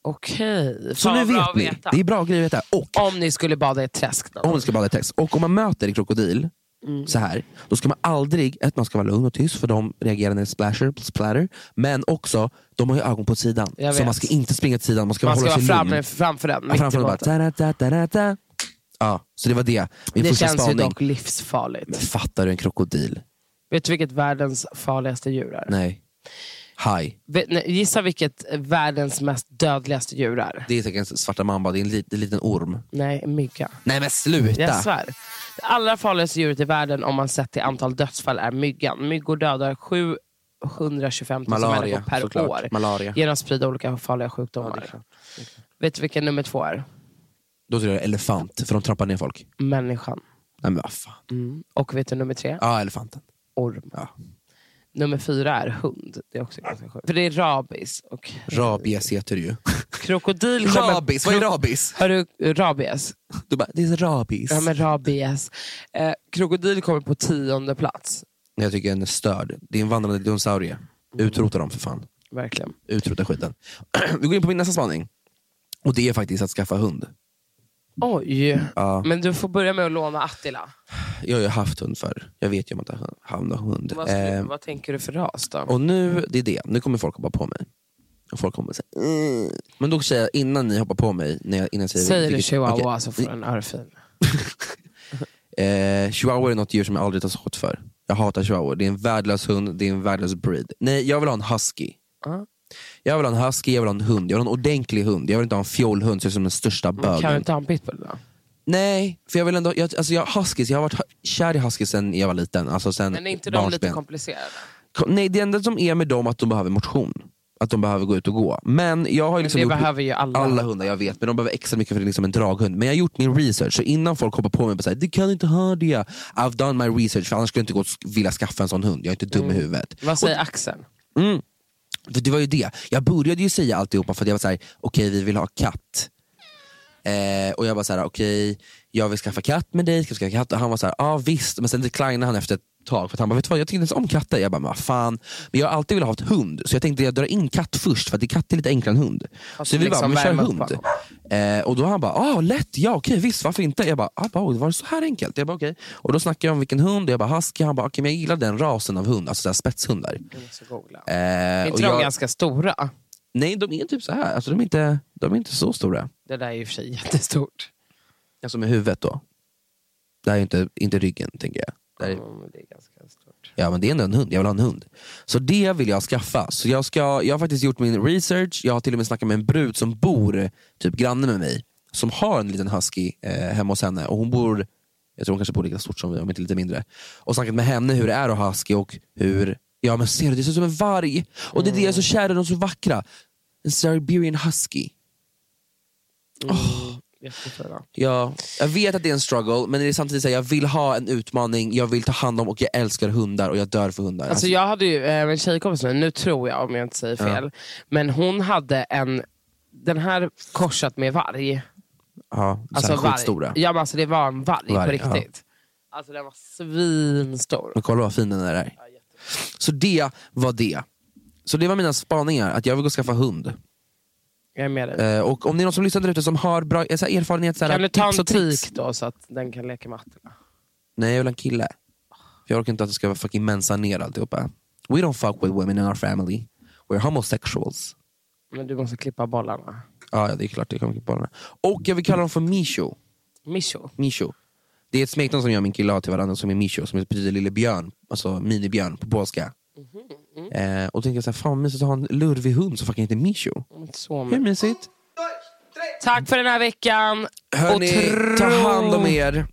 Okej. Så Fan, vad nu bra vet att ni. veta. Det är bra grejer att veta. Och Om ni skulle bada i ett träsk någon om gång. ni ska bada i text och om man möter en krokodil Mm. så här, då ska man aldrig, ett man ska vara lugn och tyst för de reagerar när det splasher, splatter, men också, de har ju ögon på sidan. Jag Så vet. man ska inte springa till sidan, man ska, Man ska hålla vara sig framme, lugn. framför den. Ja, mitt i framför och bara, båten. ta, ta, ta, ta. Ja, så det var det. Min Det första känns ju spaning. dock livsfarligt. Fattar du en krokodil? Vet du vilket världens farligaste djur är? Nej. Haj. Vet- nej, Gissa vilket världens mest dödligaste djur är? Det är säkert en svarta mamba, det är en, li- det är en liten orm. Nej, en mygga. Nej men sluta! Jag svär. Det allra farligaste djuret i världen om man sett till antal dödsfall är myggan. Myggor dödar 725 000 Malaria människor per såklart. år Malaria. genom att sprida olika farliga Ja, det sjukdomar. är klart. Vet du vilken nummer två är? Då tror jag elefant, för de trampar ner folk. Människan. Nej men vad fan. Och vet du nummer tre? Mm. Ja, elefanten. Orm. Ja. Nummer fyra är hund. Det är också ganska sjukt. För det är rabies. Och Rabies heter det ju. krokodil kommer- Rabis, vad är rabis? Hör du, rabies. Du bara, det är rabis. Ja, men rabies. Eh, krokodil kommer på tionde plats. Jag tycker den är störd. Det är en vandrande dinosaurie. Utrota dem för fan. Verkligen. Utrota skiten. Vi går in på min nästa spaning. Och det är faktiskt att skaffa hund. Oj. Ja. Men du får börja med att låna Attila. Jag har ju haft hund förr. Jag vet ju om att jag hamnar hund. Vad, Eh, vad tänker du för ras då? och nu, det är det. Nu kommer folk hoppa på mig. Och folk kommer säga, "Mm." Men då säger jag innan ni hoppar på mig. När jag, innan jag säger Säger du vilket- chihuahua Okej. så får du en örfil. Eh, chihuahua är något djur som jag aldrig tar skott för. Jag hatar chihuahua. Det är en värdelös hund, det är en värdelös breed. Nej, jag vill ha en husky. Ja. Jag vill ha en husky, jag vill ha en hund. Jag vill ha en ordentlig hund. Jag vill inte ha en fjollhund som är som den största bögen. Kan du inte ha en pitbull då? Nej, för jag vill ändå... Jag, alltså jag, huskies, jag har varit hu- kär i huskies sen jag var liten. Alltså sen Men är inte de lite barnsben. komplicerade? Kom- Nej, det enda som är med dem är att de behöver motion. Att de behöver gå ut och gå. Men jag har ju Men liksom det gjort... behöver ju alla. Alla hundar, jag vet. Men de behöver extra mycket för det är liksom en draghund. Men jag har gjort min research, så innan folk hoppar på mig och säger du kan inte ha det. I've done my research, för annars skulle jag inte gå och sk- vilja skaffa en sån hund. Jag är inte dum i huvudet. Mm. Vad säger Axel? För det var ju det. Jag började ju säga alltihopa för att jag var så här: okej vi vill ha katt. Eh, och jag var så här: okej jag vill skaffa katt med dig, ska vi skaffa katt? Och han var så här, ja ah, visst. Men sen declinade han efter ett tag för att han bara, vet du vad jag tycker inte ens om katter. Jag bara, men vad fan. Men jag har alltid velat ha ett hund. Så jag tänkte jag drar in katt först för att det- katt är lite enklare än hund. Att så vi liksom bara, men kör värma upp hund. Eh, och då han bara, ah, lätt, ja okej visst varför inte? Jag bara, ah, wow, det var så här enkelt. Jag bara, okej. Och då snackade jag om vilken hund, och jag bara husky. Han bara, okej men jag gillar den rasen av hund, alltså så här spetshundar. Jag måste googla. Eh, Är och inte de jag- ganska stora? Nej, de är typ så här. Alltså, de, är inte, de är inte så stora. Det där är ju i och för sig jättestort. Alltså med huvudet då. Det här är inte, inte ryggen, tänker jag. Det här är, Ja, men det är ganska stort. ja, men det är ändå en hund. Jag vill ha en hund. Så det vill jag skaffa. Så jag, ska, jag har faktiskt gjort min research. Jag har till och med snackat med en brud som bor typ granne med mig. Som har en liten husky eh, hemma hos henne. Och hon bor, jag tror hon kanske bor lika stort som vi, om inte lite mindre. Och snackat med henne hur det är att ha husky och hur, ja men ser du, det ser ut som en varg. Och det är det jag är så kär i, de är så vackra. En Siberian husky. Oh, Jättefina. Ja, jag vet att det är en struggle, men det är samtidigt så här, jag vill ha en utmaning, jag vill ta hand om och jag älskar hundar och jag dör för hundar. Alltså jag hade ju eh, en tjejkompis nu, nu tror jag om jag inte säger fel. Men hon hade en, den här korsat med varg. ja, Alltså, alltså, varg. skitstora. Ja, men alltså det var en varg, Varg, på ja. riktigt. Alltså den var svinstor. Men kolla vad fin den är där. Så det var det. Så det var mina spaningar, att jag vill gå och skaffa hund. Jag är med dig. Eh, och om det är någon som lyssnar där ute som har bra eh, så här, erfarenhet, så här, kan du ta tips en och tricks. tik då så att den kan leka med Attila? Nej, jag vill ha en kille. För jag orkar inte att det ska vara fucking mensar ner alltihopa. We don't fuck with women in our family. We're homosexuals. Men du måste klippa bollarna. Ja, ja, det är klart det kommer på bollarna. Och jag vill kalla dem för Misho. Misho. Misho. Det är ett smeknamn som jag och min kille har till varandra som är Misho, som betyder lille björn, alltså minibjörn på polska. Eh, och då tänker jag så här, fan vad mysigt att ha en lurvig hund som fucking heter Misho. Så Mm. Hur med. mysigt? Tack för den här veckan. Hörni, ta hand om er.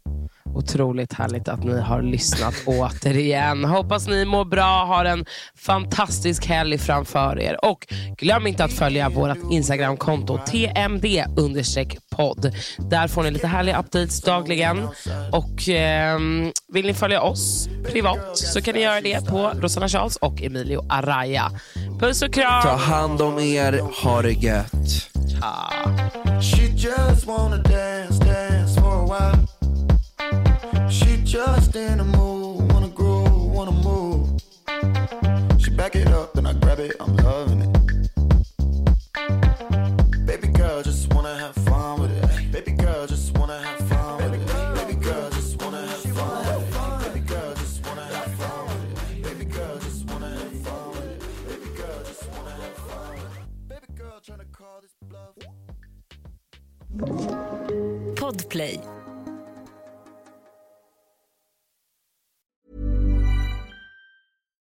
Otroligt härligt att ni har lyssnat återigen. Hoppas ni mår bra, har en fantastisk helg framför er. Och glöm inte att följa vårt Instagramkonto tmd-podd. Där får ni lite härliga updates dagligen. Och ehm, vill ni följa oss privat så kan ni göra det på Rosanna Charles och Emilio Araya. Puss och kram! Ta hand om er, ha det gött. She just wanna dance, dance for a while. She just in a mood, wanna groove, wanna move. She back it up, then I grab it, I'm loving it. Baby, girl, just wanna have fun with it. Baby girl, just wanna have fun with it. Baby girl, just wanna have fun with it. Baby girl, just wanna have fun with it. Baby girl, just wanna have fun with it. Baby girl, just wanna have fun with it. Baby girl, tryna call this bluff. Podplay.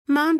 Mom